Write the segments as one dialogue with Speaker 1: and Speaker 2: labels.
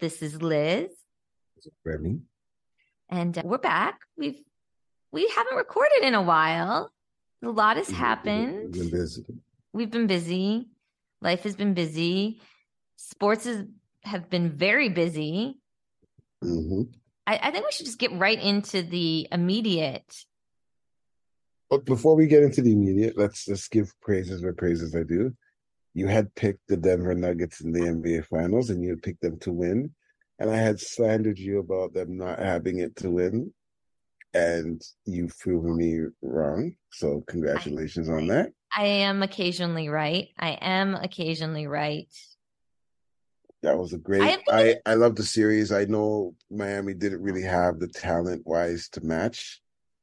Speaker 1: This is Liz,
Speaker 2: Remy.
Speaker 1: and uh, we're back. We've we haven't recorded in a while. A lot has happened.
Speaker 2: Been busy.
Speaker 1: We've been busy. Life has been busy. Sports is, have been very busy.
Speaker 2: hmm
Speaker 1: I, I think we should just get right into the immediate.
Speaker 2: But before we get into the immediate, let's just give praises where praises are due. You had picked the Denver Nuggets in the NBA Finals, and you had picked them to win. And I had slandered you about them not having it to win, and you've proven me wrong. So congratulations on that.
Speaker 1: I am occasionally right. I am occasionally right.
Speaker 2: That was a great.
Speaker 1: I-
Speaker 2: I I love the series. I know Miami didn't really have the talent wise to match.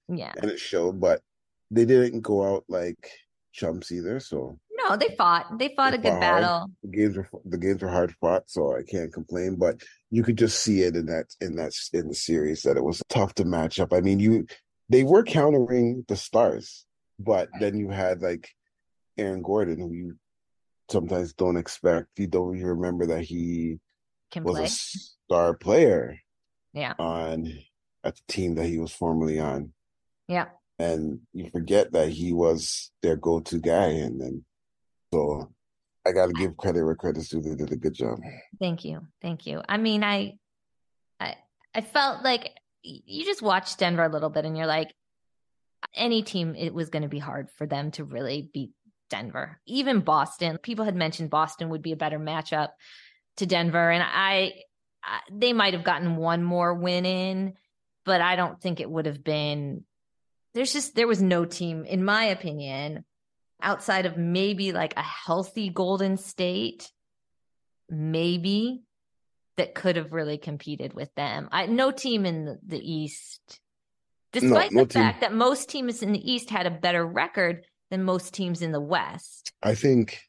Speaker 1: Yeah.
Speaker 2: and it showed, but they didn't go out like chumps either. So
Speaker 1: No, they fought. They fought
Speaker 2: They
Speaker 1: a good
Speaker 2: fought.
Speaker 1: battle.
Speaker 2: the games were the games were hard fought, so I can't complain. But you could just see it in that in that in the series that it was tough to match up. I mean, you they were countering the stars, but then you had like Aaron Gordon, who you sometimes don't expect. You don't even remember that he
Speaker 1: Can
Speaker 2: was
Speaker 1: play.
Speaker 2: a star player.
Speaker 1: Yeah.
Speaker 2: On a team that he was formerly on.
Speaker 1: Yeah.
Speaker 2: and you forget that he was their go-to guy and then so i gotta give credit where credit's due they did a good job
Speaker 1: Thank you. Thank you. I mean, I I I felt like y- you just watched Denver a little bit and you're like any team it was going to be hard for them to really beat Denver. Even Boston. People had mentioned Boston would be a better matchup to Denver and I, I they might have gotten one more win in, but I don't think it would have been there's just there was no team in my opinion outside of maybe like a healthy Golden State maybe that could have really competed with them. I no team in the, the East, despite
Speaker 2: no
Speaker 1: the
Speaker 2: team.
Speaker 1: fact that most teams in the East had a better record than most teams in the West,
Speaker 2: i think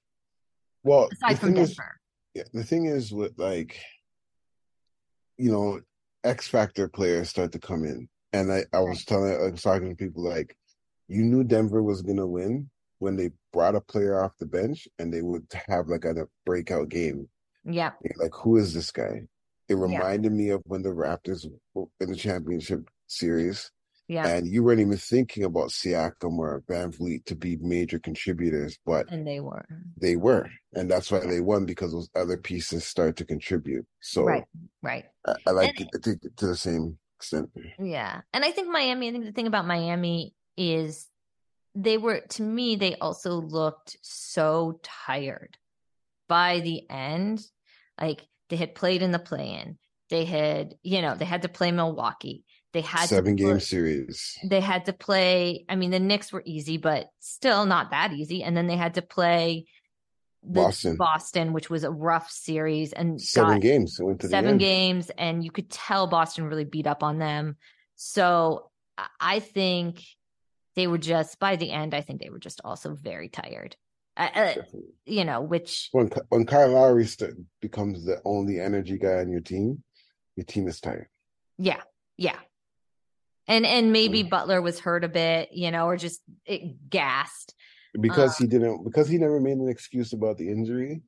Speaker 2: well the
Speaker 1: aside from
Speaker 2: thing is
Speaker 1: Denver.
Speaker 2: yeah, the thing is with like you know x factor players start to come in and i, I was telling i was talking to people like you knew denver was gonna win when they brought a player off the bench and they would have like a breakout game
Speaker 1: Yeah,
Speaker 2: like who is this guy it
Speaker 1: Yeah.
Speaker 2: reminded me of when the raptors were in the championship series
Speaker 1: yeah,
Speaker 2: and you weren't even thinking about siakam or van Vliet to be major contributors but
Speaker 1: and they were
Speaker 2: they were and that's why they won because those other pieces start to contribute so
Speaker 1: right, right.
Speaker 2: I, I like
Speaker 1: And-
Speaker 2: it, I think to the same extent
Speaker 1: Yeah. And I think Miami, I think the thing about Miami is they were, to me, they also looked so tired by the end. Like they had played in the play in, they had, you know, they had to play Milwaukee. They had to
Speaker 2: seven game
Speaker 1: play-
Speaker 2: series
Speaker 1: They had to play. I mean, the Knicks were easy, but still not that easy. And then they had to play the
Speaker 2: Boston.
Speaker 1: Boston, which was a rough series, and
Speaker 2: seven
Speaker 1: got-
Speaker 2: games it went to the
Speaker 1: seven
Speaker 2: end.
Speaker 1: games, and you could tell Boston really beat up on them. So I- I think they were just by the end. I think they were just also very tired. Uh, uh,
Speaker 2: Definitely.
Speaker 1: you know, which
Speaker 2: when Ky- when Kyle Lowry st- becomes the only energy guy on your team your team is tired
Speaker 1: yeah, yeah, and and maybe
Speaker 2: Mm.
Speaker 1: Butler was hurt a bit, you know, or just it gassed.
Speaker 2: because
Speaker 1: Uh.
Speaker 2: he didn't because he never made an excuse about the injury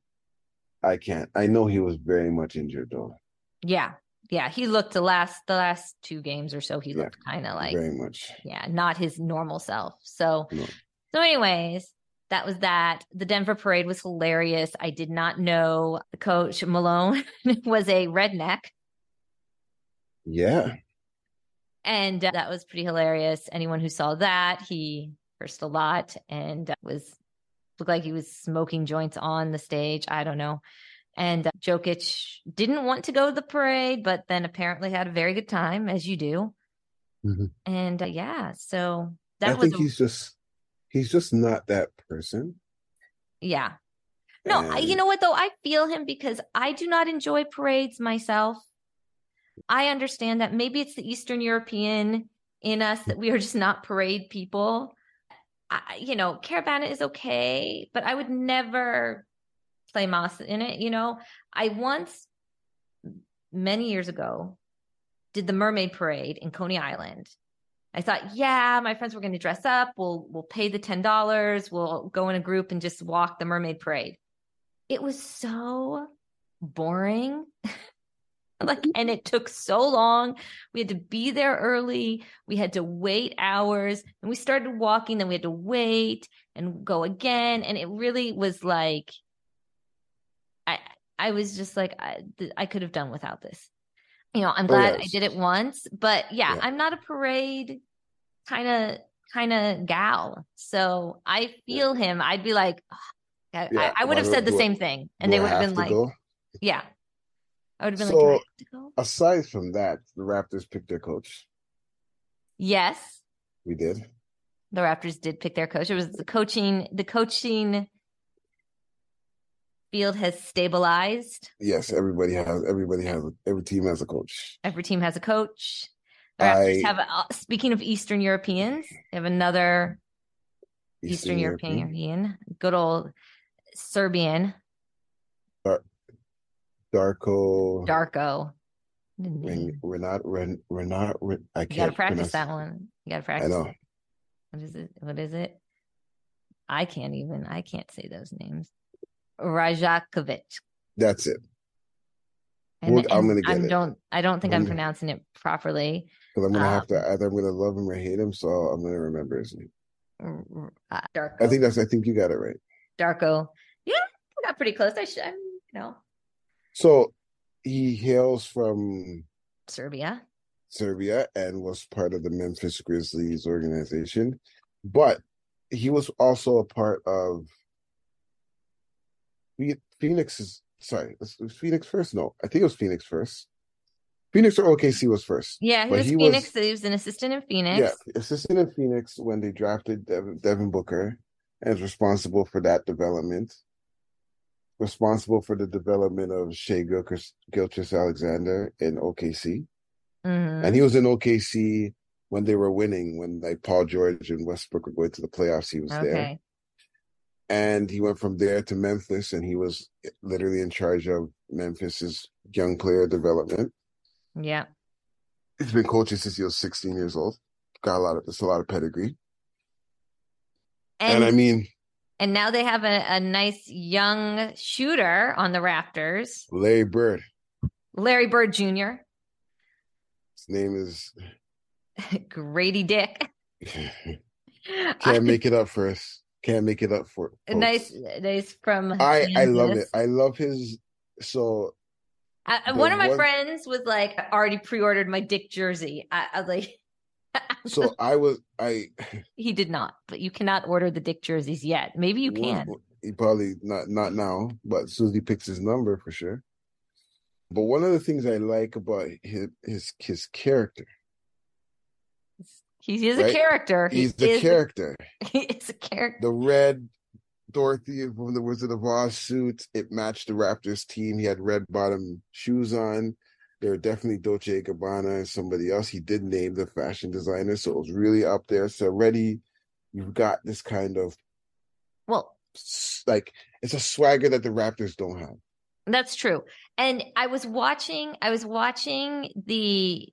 Speaker 2: i can't i know he was very much injured though
Speaker 1: Yeah, yeah, he looked the last the last two games or so. He
Speaker 2: Yeah.
Speaker 1: looked kind of like
Speaker 2: very much
Speaker 1: yeah, not his normal self. So,
Speaker 2: No.
Speaker 1: so anyways, that was that. The Denver parade was hilarious. I did not know Coach Malone was a redneck,
Speaker 2: yeah
Speaker 1: and uh, that was pretty hilarious. Anyone who saw that, he cursed a lot and uh, was looked like he was smoking joints on the stage. I don't know. And uh, Jokic didn't want to go to the parade, but then apparently had a very good time, as you do.
Speaker 2: Mhm.
Speaker 1: And uh, yeah, so that
Speaker 2: i
Speaker 1: was
Speaker 2: think
Speaker 1: a-
Speaker 2: he's just he's just not that person
Speaker 1: yeah. No, I you
Speaker 2: And
Speaker 1: know what though? I feel him because I do not enjoy parades myself. I understand that maybe it's the Eastern European in us that we are just not parade people. I, you know, caravana is okay, but I would never play Moss in it. You know, I once, many years ago, did the Mermaid Parade in Coney Island. I thought, yeah, my friends were going to dress up. We'll we'll pay the ten dollars. We'll go in a group and just walk the Mermaid Parade. It was so boring. like and it took so long we had to be there early we had to wait hours and we started walking then we had to wait and go again and it really was like i i was just like i, th- I could have done without this you know i'm glad
Speaker 2: Oh, yes.
Speaker 1: i did it once but yeah,
Speaker 2: Yeah.
Speaker 1: i'm not a parade kind of kind of gal so i feel him i'd be like "Ugh, God,"
Speaker 2: Yeah,
Speaker 1: I, I would have
Speaker 2: why
Speaker 1: said the
Speaker 2: do- do I-
Speaker 1: same thing and they
Speaker 2: Do I
Speaker 1: would have
Speaker 2: have
Speaker 1: been
Speaker 2: to
Speaker 1: like
Speaker 2: go?
Speaker 1: yeah i would have been like
Speaker 2: So-
Speaker 1: "Do I have to go?"
Speaker 2: Aside from that, the Raptors picked their coach.
Speaker 1: yes
Speaker 2: We did.
Speaker 1: the Raptors did pick their coach. It was the coaching. The coaching field has stabilized.
Speaker 2: Yes, everybody has. Everybody has. Every team has a coach.
Speaker 1: Every team has a coach. The Raptors
Speaker 2: I-
Speaker 1: have. A, speaking of Eastern Europeans, they have another Eastern, European, European, good old Serbian
Speaker 2: Darko.
Speaker 1: Darko. What a
Speaker 2: Ren-
Speaker 1: name.
Speaker 2: Renat. Ren- Renat. Ren- I
Speaker 1: You got to
Speaker 2: can't
Speaker 1: practice
Speaker 2: pronounce-
Speaker 1: that one. You got to
Speaker 2: I
Speaker 1: practice.
Speaker 2: know.
Speaker 1: What is it? What is it? I can't even. I can't say those names. Rajakovic.
Speaker 2: That's it.
Speaker 1: And,
Speaker 2: Well, I'm
Speaker 1: and
Speaker 2: gonna get
Speaker 1: I'm
Speaker 2: it.
Speaker 1: don't. I don't think I'm
Speaker 2: I'm-
Speaker 1: pronouncing it properly.
Speaker 2: Because I'm gonna have to
Speaker 1: Um,
Speaker 2: either I'm gonna love him or hate him, so I'm gonna remember his name.
Speaker 1: R- r- uh, Darko.
Speaker 2: I think that's I think you got it right.
Speaker 1: Darko. Yeah, I got pretty close. I should, I'm, you know,
Speaker 2: So he hails from
Speaker 1: Serbia.
Speaker 2: Serbia and was part of the Memphis Grizzlies organization, but he was also a part of Phe- Phoenix's. Sorry, it was Phoenix first. No, I think it was Phoenix first. Phoenix or OKC was first.
Speaker 1: Yeah, he
Speaker 2: But
Speaker 1: was
Speaker 2: he
Speaker 1: Phoenix.
Speaker 2: was-
Speaker 1: he was an assistant in Phoenix.
Speaker 2: Yeah, assistant in Phoenix when they drafted Devin, Devin Booker and is responsible for that development. Responsible for the development of Shea Gilchrist, Gilchrist Alexander in OKC.
Speaker 1: Mhm.
Speaker 2: And he was in OKC when they were winning, when like Paul George and Westbrook were going to the playoffs, he was there.
Speaker 1: okay.
Speaker 2: And he went from there to Memphis and he was literally in charge of Memphis's young player development.
Speaker 1: Yeah.
Speaker 2: He's been coaching since he was 16 years old. Got a lot of, it's a lot of pedigree.
Speaker 1: And
Speaker 2: and I
Speaker 1: and,
Speaker 2: mean,
Speaker 1: now they have a, a nice young shooter on the Raptors,
Speaker 2: Larry Bird.
Speaker 1: Larry Bird Jr.,
Speaker 2: His name is
Speaker 1: Grady Dick.
Speaker 2: can't make it up for us. Can't make it up for
Speaker 1: A
Speaker 2: folks.
Speaker 1: nice, nice from.
Speaker 2: I I love it.
Speaker 1: Kansas.
Speaker 2: I love his. So
Speaker 1: I, I-
Speaker 2: the
Speaker 1: one of my
Speaker 2: one-
Speaker 1: friends was like, I already pre-ordered my Dick jersey. I, I was like,
Speaker 2: so I was I.
Speaker 1: He did not, but you cannot order the Dick jerseys yet. Maybe you can.
Speaker 2: He probably not not now, but as soon as he picks his number for sure. But one of the things I like about his his, his character,
Speaker 1: He is a
Speaker 2: Right?
Speaker 1: character. He
Speaker 2: he's the
Speaker 1: is,
Speaker 2: character.
Speaker 1: He is a character.
Speaker 2: The red Dorothy from the Wizard of Oz suit. It matched the Raptors team. He had red bottom shoes on. They were definitely Dolce & Gabbana and somebody else. He did name the fashion designer, so it was really up there. So already you've got this kind of
Speaker 1: Well,
Speaker 2: s- like it's a swagger that the Raptors don't have.
Speaker 1: that's true. And I was watching. I was watching the.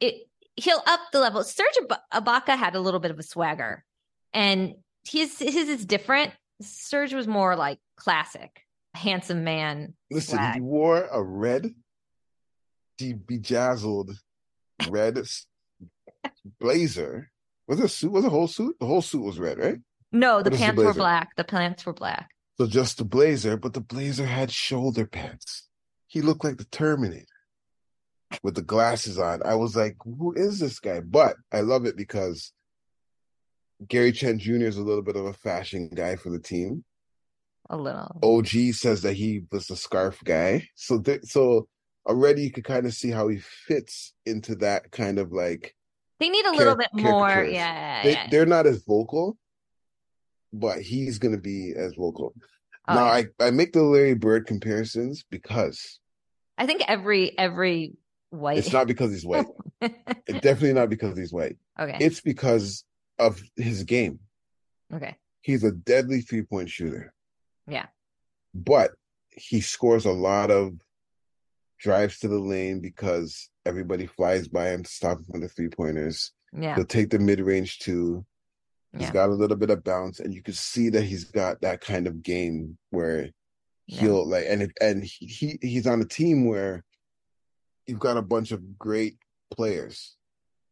Speaker 1: It he'll up the level. Serge Ib- Ibaka had a little bit of a swagger, and his his is different. Serge was more like classic, handsome man.
Speaker 2: Listen, he
Speaker 1: Swag.
Speaker 2: wore a red, de- bejazzled red s- blazer. Was it a suit? Was it a whole suit? The whole suit was red, right?
Speaker 1: No, the
Speaker 2: What is the
Speaker 1: pants were
Speaker 2: blazer?
Speaker 1: black. The pants were black.
Speaker 2: So just the blazer, but the blazer had shoulder pads. He looked like the Terminator with the glasses on. I was like, who is this guy? But I love it because Gary Chen Jr. is a little bit of a fashion guy for the team.
Speaker 1: A little.
Speaker 2: OG says that he was the scarf guy. So th- so already you could kind of see how he fits into that kind of like
Speaker 1: They need a little
Speaker 2: caric-
Speaker 1: bit more.
Speaker 2: caricatures.
Speaker 1: Yeah.
Speaker 2: they,
Speaker 1: yeah.
Speaker 2: they're not as vocal, but he's gonna be as vocal.
Speaker 1: Oh,
Speaker 2: now
Speaker 1: yeah.
Speaker 2: I, I make the Larry Bird comparisons because
Speaker 1: I think every every white.
Speaker 2: It's not because he's white.
Speaker 1: okay.
Speaker 2: It's definitely not because he's white. It's because of his game.
Speaker 1: okay.
Speaker 2: He's a deadly three point shooter.
Speaker 1: Yeah.
Speaker 2: But he scores a lot of drives to the lane because everybody flies by him to stop him from the three pointers.
Speaker 1: Yeah.
Speaker 2: He'll take the mid range too. He's
Speaker 1: Yeah.
Speaker 2: got a little bit of bounce, and you can see that he's got that kind of game where
Speaker 1: Yeah.
Speaker 2: he'll like and if, and he, he he's on a team where you've got a bunch of great players.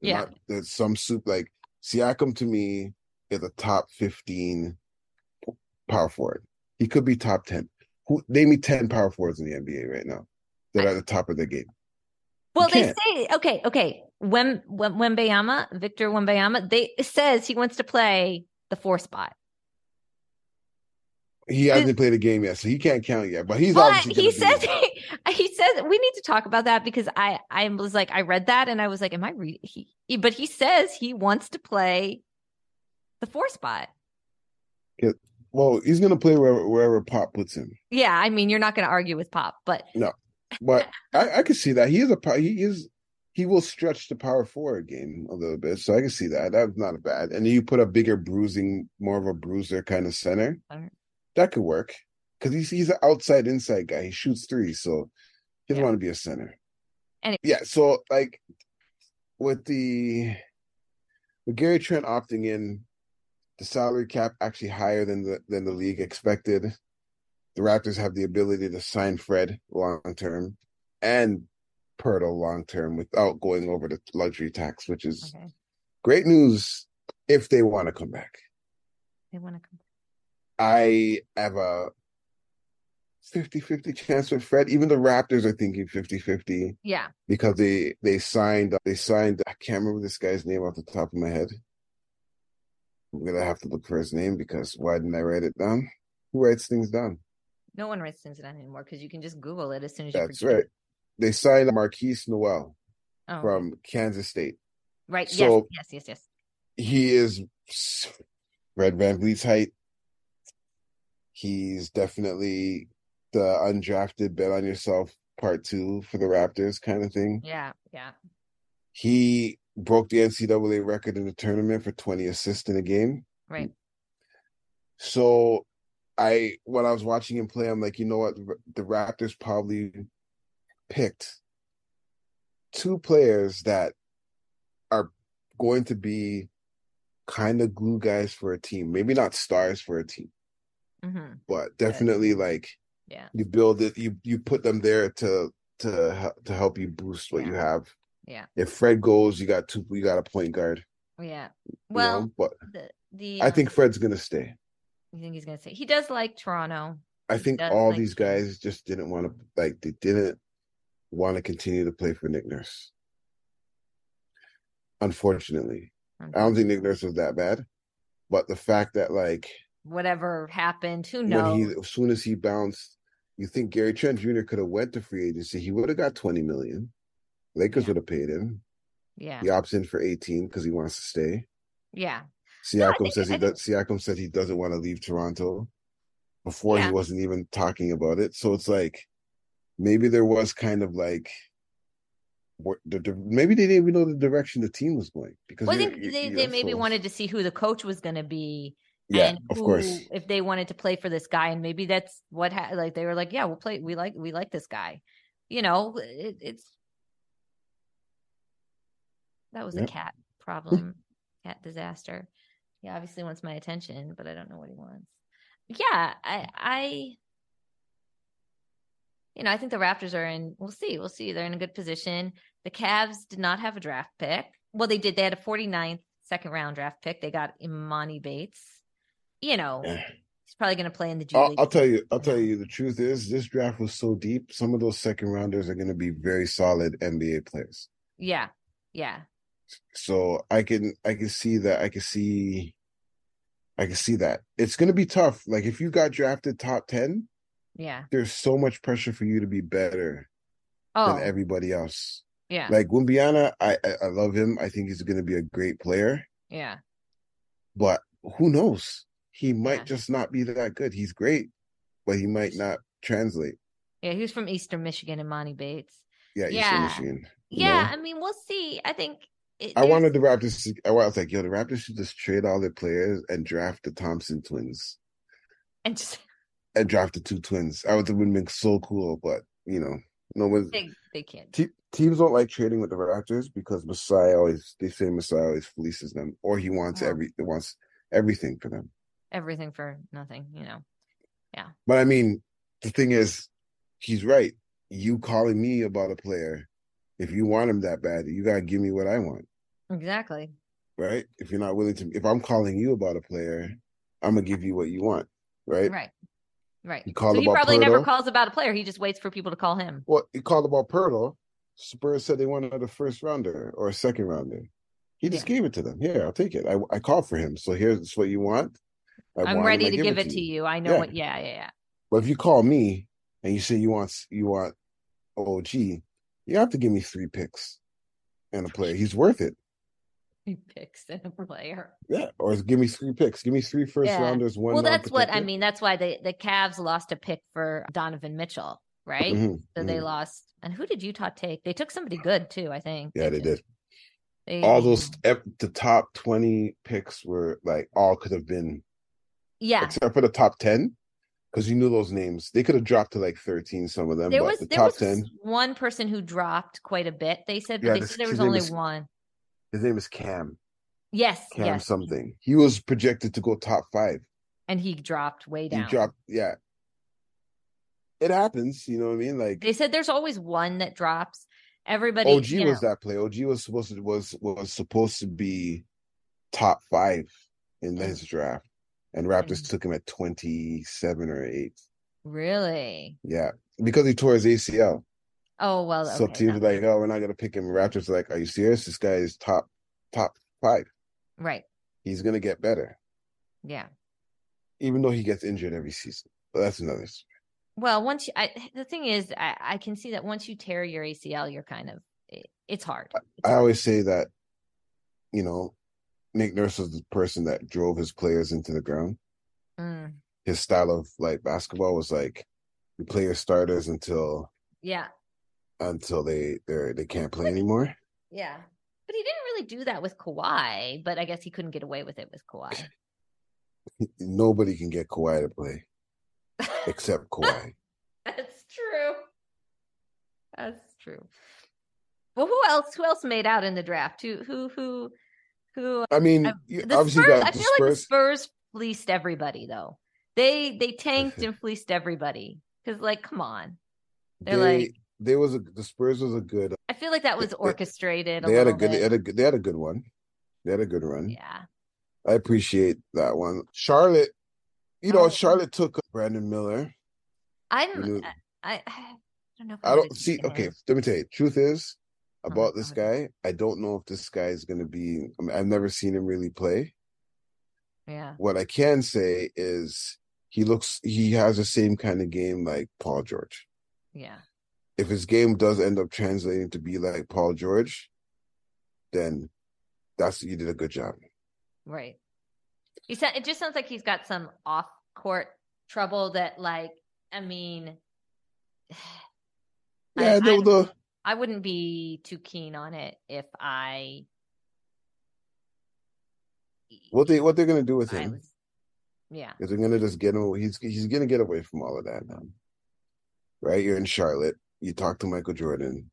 Speaker 1: Yeah.
Speaker 2: Not- there's some soup like Siakam to me is a top fifteen power forward. He could be top ten. Who name me ten power forwards in the NBA right now that are at the top of their game.
Speaker 1: Well, they
Speaker 2: can't.
Speaker 1: say okay, okay. Wem Wem- Wembayama, Victor Wembayama, they it says he wants to play the four spot,
Speaker 2: He
Speaker 1: Is-
Speaker 2: hasn't played a game yet, so he can't count yet. But he's
Speaker 1: but
Speaker 2: obviously
Speaker 1: he
Speaker 2: gonna
Speaker 1: says
Speaker 2: be-
Speaker 1: he says we need to talk about that because I I was like I read that and I was like am I reading? He, he- but he says he wants to play the four spot.
Speaker 2: well, he's gonna play wherever, wherever Pop puts him.
Speaker 1: Yeah, I mean you're not going to argue with Pop, but
Speaker 2: But I, I can see that he is a pow- he is he will stretch the power forward game a little bit, so I can see that. That's not bad. And you put a bigger bruising, more of a bruiser kind of center,
Speaker 1: Alright.
Speaker 2: that could work because he's he's an outside inside guy. He shoots three, so he doesn't
Speaker 1: Yeah.
Speaker 2: want to be a center.
Speaker 1: And it-
Speaker 2: yeah, so like with the with Gary Trent opting in, the salary cap actually higher than the than the league expected. The Raptors have the ability to sign Fred long term and Pirtle long term without going over the luxury tax, which is
Speaker 1: okay,
Speaker 2: great news if they want to come back.
Speaker 1: they want to come.
Speaker 2: I have a 50-50 chance with Fred. Even the Raptors are thinking 50-50
Speaker 1: Yeah,
Speaker 2: because they they signed they signed I can't remember this guy's name off the top of my head. I'm gonna have to look for his name because why didn't I write it down? Who writes things down?
Speaker 1: no one writes things down anymore because you can just Google it as soon as you.
Speaker 2: That's
Speaker 1: forget.
Speaker 2: right. They signed Marquise Noel
Speaker 1: Oh,
Speaker 2: from Kansas State.
Speaker 1: right.
Speaker 2: so-
Speaker 1: yes, yes, yes, yes.
Speaker 2: He is Red Van Vliet's height. He's definitely the undrafted bet on yourself part two for the Raptors kind of thing.
Speaker 1: Yeah, yeah.
Speaker 2: He broke the NCAA record in the tournament for 20 assists in a game.
Speaker 1: Right.
Speaker 2: So I when I was watching him play, I'm like, you know what? The Raptors probably picked two players that are going to be kind of glue guys for a team. Maybe not stars for a team,
Speaker 1: hmm
Speaker 2: but definitely like
Speaker 1: Yeah.
Speaker 2: you build it, you you put them there to to hel- to help you boost what you
Speaker 1: Yeah.
Speaker 2: have.
Speaker 1: Yeah.
Speaker 2: If Fred goes, you got two you got a point guard.
Speaker 1: Yeah.
Speaker 2: you
Speaker 1: Well,
Speaker 2: know? but
Speaker 1: the the
Speaker 2: I
Speaker 1: um,
Speaker 2: think Fred's gonna stay.
Speaker 1: you think he's gonna say he does like Toronto.
Speaker 2: I
Speaker 1: He
Speaker 2: think
Speaker 1: does
Speaker 2: all
Speaker 1: like
Speaker 2: these
Speaker 1: to-
Speaker 2: guys just didn't want to like they didn't want to continue to play for Nick Nurse. Unfortunately,
Speaker 1: Um,
Speaker 2: I don't think Nick Nurse was that bad, but the fact that like
Speaker 1: Whatever happened, who
Speaker 2: when
Speaker 1: knows?
Speaker 2: he as soon as he bounced, you think Gary Trent Jr. could have went to free agency, he would have got twenty million. Lakers
Speaker 1: Yeah.
Speaker 2: would have paid him.
Speaker 1: yeah,
Speaker 2: He opts in for eighteen because he wants to stay.
Speaker 1: yeah, I
Speaker 2: Siakam
Speaker 1: think-
Speaker 2: says he
Speaker 1: I
Speaker 2: does, Siakam said he doesn't want to leave Toronto. Before
Speaker 1: Yeah.
Speaker 2: he wasn't even talking about it, so it's like maybe there was kind of like what the, the- maybe they didn't even know the direction the team was going because
Speaker 1: Well, I
Speaker 2: you're-
Speaker 1: think
Speaker 2: you're-
Speaker 1: they,
Speaker 2: you
Speaker 1: they
Speaker 2: know,
Speaker 1: maybe
Speaker 2: so-
Speaker 1: wanted to see who the coach was gonna be.
Speaker 2: yeah
Speaker 1: and
Speaker 2: of
Speaker 1: who-
Speaker 2: course
Speaker 1: if they wanted to play for this guy, and maybe that's what ha- like they were like, yeah, we'll play. We like we like this guy. You know, it, it's that was
Speaker 2: Yep.
Speaker 1: a cat problem, cat disaster. He obviously wants my attention, but I don't know what he wants. Yeah, I, I, you know, I think the Raptors are in. We'll see. We'll see. They're in a good position. The Cavs did not have a draft pick. Well, they did. They had a 49th second round draft pick. They got Imani Bates. You know,
Speaker 2: Yeah.
Speaker 1: he's probably going to play in the G
Speaker 2: I'll,
Speaker 1: League.
Speaker 2: I'll tell you i'll tell you the truth is this draft was so deep some of those second rounders are going to be very solid nba players
Speaker 1: Yeah. Yeah.
Speaker 2: so i can i can see that i can see i can see that it's going to be tough like if you got drafted top 10
Speaker 1: Yeah.
Speaker 2: there's so much pressure for you to be better
Speaker 1: Oh,
Speaker 2: than everybody else
Speaker 1: yeah.
Speaker 2: like Wimbiana, I, I i love him i think he's going to be a great player
Speaker 1: yeah.
Speaker 2: but who knows? He might
Speaker 1: Yeah.
Speaker 2: just not be that good. He's great, but he might not translate.
Speaker 1: Yeah. He was from Eastern Michigan, Imani Bates.
Speaker 2: Yeah, Eastern
Speaker 1: Yeah.
Speaker 2: Michigan. you
Speaker 1: Yeah.
Speaker 2: know?
Speaker 1: I mean, we'll see. I think it,
Speaker 2: I
Speaker 1: there's-
Speaker 2: wanted the Raptors. To, I was like, yo, the Raptors should just trade all their players and draft the Thompson twins
Speaker 1: and just
Speaker 2: and draft the two twins. I would have been so cool, but you know, no one's
Speaker 1: they, they can't.
Speaker 2: te- teams don't like trading with the Raptors because Masai always they say Masai always fleeces them, or he wants
Speaker 1: Oh.
Speaker 2: every he wants everything for them.
Speaker 1: Everything for nothing, you know.
Speaker 2: But I mean, the thing is, he's right. You calling me about a player If you want him that bad, you gotta give me what I want,
Speaker 1: Exactly.
Speaker 2: right? If you're not willing to, if I'm calling you about a player, I'm gonna give you what you want, right?
Speaker 1: Right. Right.
Speaker 2: He
Speaker 1: So
Speaker 2: called
Speaker 1: he
Speaker 2: about
Speaker 1: probably never
Speaker 2: Pirlo.
Speaker 1: calls about a player. He just waits for people to call him.
Speaker 2: Well, he called about Pirlo. Spurs said they wanted a first rounder or a second rounder. He just gave it to them. Here, I'll take it. I, I called for him. So here's what you want. I
Speaker 1: I'm
Speaker 2: want him,
Speaker 1: ready
Speaker 2: I
Speaker 1: to give it to you. I know
Speaker 2: Yeah.
Speaker 1: what. Yeah, yeah, yeah.
Speaker 2: But if you call me and you say you want you want OG, you have to give me three picks and a player. He's worth it.
Speaker 1: He picks in a player.
Speaker 2: Yeah. Or give me three picks. Give me three first
Speaker 1: Yeah.
Speaker 2: rounders. One.
Speaker 1: well, that's what I
Speaker 2: non-protected.
Speaker 1: mean. That's why the the Cavs lost a pick for Donovan Mitchell, right?
Speaker 2: Mhm,
Speaker 1: So
Speaker 2: mhm.
Speaker 1: they lost. And who did Utah take? They took somebody good too, I think.
Speaker 2: Yeah, they did.
Speaker 1: They-
Speaker 2: All those ev- the top twenty picks were like all could have been
Speaker 1: Yeah,
Speaker 2: except for the top ten because you knew those names. They could have dropped to like thirteen. Some of them,
Speaker 1: there
Speaker 2: but
Speaker 1: was
Speaker 2: the
Speaker 1: there
Speaker 2: top
Speaker 1: was
Speaker 2: ten.
Speaker 1: one person who dropped quite a bit. They said, but
Speaker 2: Yeah,
Speaker 1: they
Speaker 2: this
Speaker 1: said there was
Speaker 2: kid's name
Speaker 1: only
Speaker 2: is-
Speaker 1: one.
Speaker 2: His name is Cam.
Speaker 1: Yes,
Speaker 2: Cam
Speaker 1: yes,
Speaker 2: something. He was projected to go top five.
Speaker 1: and he dropped way
Speaker 2: He
Speaker 1: down.
Speaker 2: dropped. Yeah. It happens. You know what I mean? Like
Speaker 1: They said there's always one that drops. Everybody,
Speaker 2: OG
Speaker 1: you
Speaker 2: Oh, was
Speaker 1: know,
Speaker 2: that play. OG was supposed to was was supposed to be top five in
Speaker 1: Yeah.
Speaker 2: this draft, and Raptors
Speaker 1: Mhm.
Speaker 2: took him at twenty seven or eight.
Speaker 1: really.
Speaker 2: Yeah, because he tore his ACL.
Speaker 1: Oh well,
Speaker 2: so
Speaker 1: okay,
Speaker 2: teams
Speaker 1: that
Speaker 2: were like, oh, we're not gonna pick him. Raptors were like, are you serious? This guy is top top five.
Speaker 1: right,
Speaker 2: He's gonna get better,
Speaker 1: yeah.
Speaker 2: even though he gets injured every season. But that's another. s-
Speaker 1: Well, once you, I, the thing is, I, I can see that once you tear your ACL, you're kind of it, it's hard.
Speaker 2: I always say that, you know, Nick Nurse was the person that drove his players into the ground.
Speaker 1: Mm,
Speaker 2: his style of like basketball was like you play your starters until
Speaker 1: yeah,
Speaker 2: until they they they can't play anymore.
Speaker 1: yeah. But he didn't really do that with Kawhi. But I guess he couldn't get away with it with Kawhi.
Speaker 2: Nobody can get Kawhi to play except Kawhi.
Speaker 1: That's true. That's true. Well, who else? Who else made out in the draft? Who? Who? Who? Who?
Speaker 2: I mean,
Speaker 1: I-
Speaker 2: you
Speaker 1: The
Speaker 2: obviously
Speaker 1: Spurs. I
Speaker 2: got the
Speaker 1: feel like the
Speaker 2: Spurs.
Speaker 1: Spurs fleeced everybody though. They they tanked and fleeced everybody because like come on.
Speaker 2: they
Speaker 1: they're like-
Speaker 2: they was a, the Spurs was a good.
Speaker 1: I feel like that was
Speaker 2: They- they-
Speaker 1: orchestrated.
Speaker 2: They had a
Speaker 1: little
Speaker 2: good. They
Speaker 1: bit.
Speaker 2: had a good. They had a good one. They had a good run.
Speaker 1: Yeah.
Speaker 2: I appreciate that one. Charlotte, you know,
Speaker 1: Oh.
Speaker 2: Charlotte took Brandon Miller. You
Speaker 1: I'm
Speaker 2: know,
Speaker 1: I, I don't know if
Speaker 2: I
Speaker 1: would've
Speaker 2: don't see.
Speaker 1: taken
Speaker 2: Okay,
Speaker 1: him.
Speaker 2: let me tell you. Truth is about this
Speaker 1: God.
Speaker 2: guy. I don't know if this guy is going to be. I mean, I've never seen him really play.
Speaker 1: Yeah.
Speaker 2: What I can say is he looks. He has the same kind of game like Paul George.
Speaker 1: Yeah.
Speaker 2: If his game does end up translating to be like Paul George, then that's you did a good job.
Speaker 1: Right. He said it just sounds like he's got some off court trouble that like I mean I-
Speaker 2: Yeah, the,
Speaker 1: I'm-
Speaker 2: the
Speaker 1: I wouldn't be too keen on it if I
Speaker 2: what they what they're going to do with
Speaker 1: I
Speaker 2: him
Speaker 1: was Yeah.
Speaker 2: is they're going to just get him. He's he's going to get away from all of that now, right? You're in Charlotte. You talk to Michael Jordan.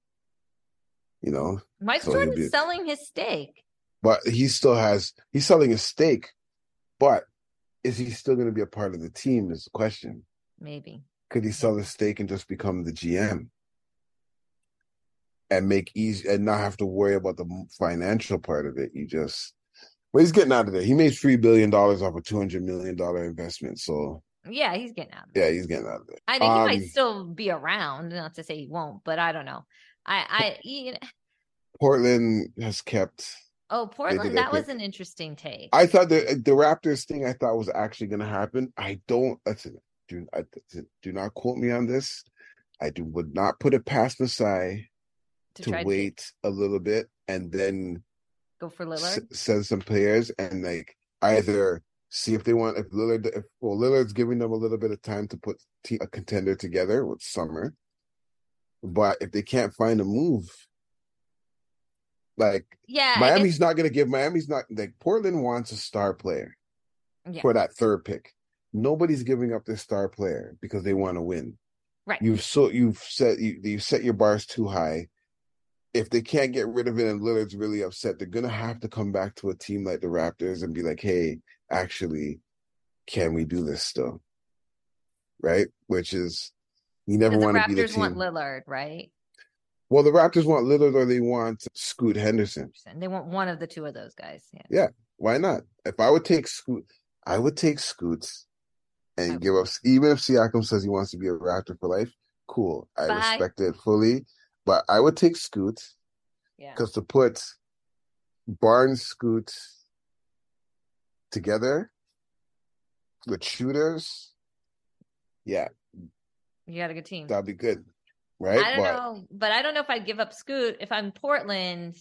Speaker 2: You know,
Speaker 1: Mike
Speaker 2: So he'll
Speaker 1: Jordan's
Speaker 2: be-
Speaker 1: selling his steak.
Speaker 2: but he still has he's selling his stake but is he still going to be a part of the team is the question
Speaker 1: Maybe.
Speaker 2: could he sell his stake and just become the gm and make easy and not have to worry about the financial part of it you just well he's getting out of there he made three billion dollars off a 200 million dollar investment so
Speaker 1: Yeah, he's getting out of it.
Speaker 2: yeah he's getting out of there
Speaker 1: I think he
Speaker 2: Um,
Speaker 1: might still be around. Not to say he won't, but I don't know. I, I, you know,
Speaker 2: portland has kept
Speaker 1: oh Portland, that
Speaker 2: that
Speaker 1: was
Speaker 2: pick.
Speaker 1: an interesting take.
Speaker 2: i thought the the raptors thing i thought was actually going to happen i don't listen do, I, do not quote me on this i do would not put it past masai
Speaker 1: to,
Speaker 2: to
Speaker 1: try
Speaker 2: wait a little bit and then
Speaker 1: to go for
Speaker 2: s-
Speaker 1: Lillard.
Speaker 2: send some players and like either see if they want if Lillard if well Lillard's giving them a little bit of time to put te- a contender together with summer, but if they can't find a move, like
Speaker 1: Yeah, I guess-
Speaker 2: Miami's not going to give Miami's not like Portland wants a star player
Speaker 1: Yeah.
Speaker 2: for that third pick. Nobody's giving up their star player because they want to win.
Speaker 1: Right.
Speaker 2: You've so you've set you you set your bars too high. If they can't get rid of it and Lillard's really upset, they're gonna have to come back to a team like the Raptors and be like, "Hey, actually, can we do this still?" Right? Which is you never
Speaker 1: because the
Speaker 2: want to be the
Speaker 1: Raptors
Speaker 2: team.
Speaker 1: want Lillard, right?
Speaker 2: Well, the Raptors want Lillard or they want Scoot Henderson.
Speaker 1: They want one of the two of those guys. Yeah.
Speaker 2: Yeah, why not? If I would take Scoot, I would take Scoots
Speaker 1: Oh.
Speaker 2: and give up. Even if Siakam says he wants to be a Raptor for life, cool. I
Speaker 1: Bye.
Speaker 2: respect it fully, but I would take Scoots
Speaker 1: Yeah.
Speaker 2: because to put Barnes Scoots together with shooters, yeah,
Speaker 1: You got a good team.
Speaker 2: that'd be good, right?
Speaker 1: I don't know, but I don't know if I'd give up Scoot if I'm Portland.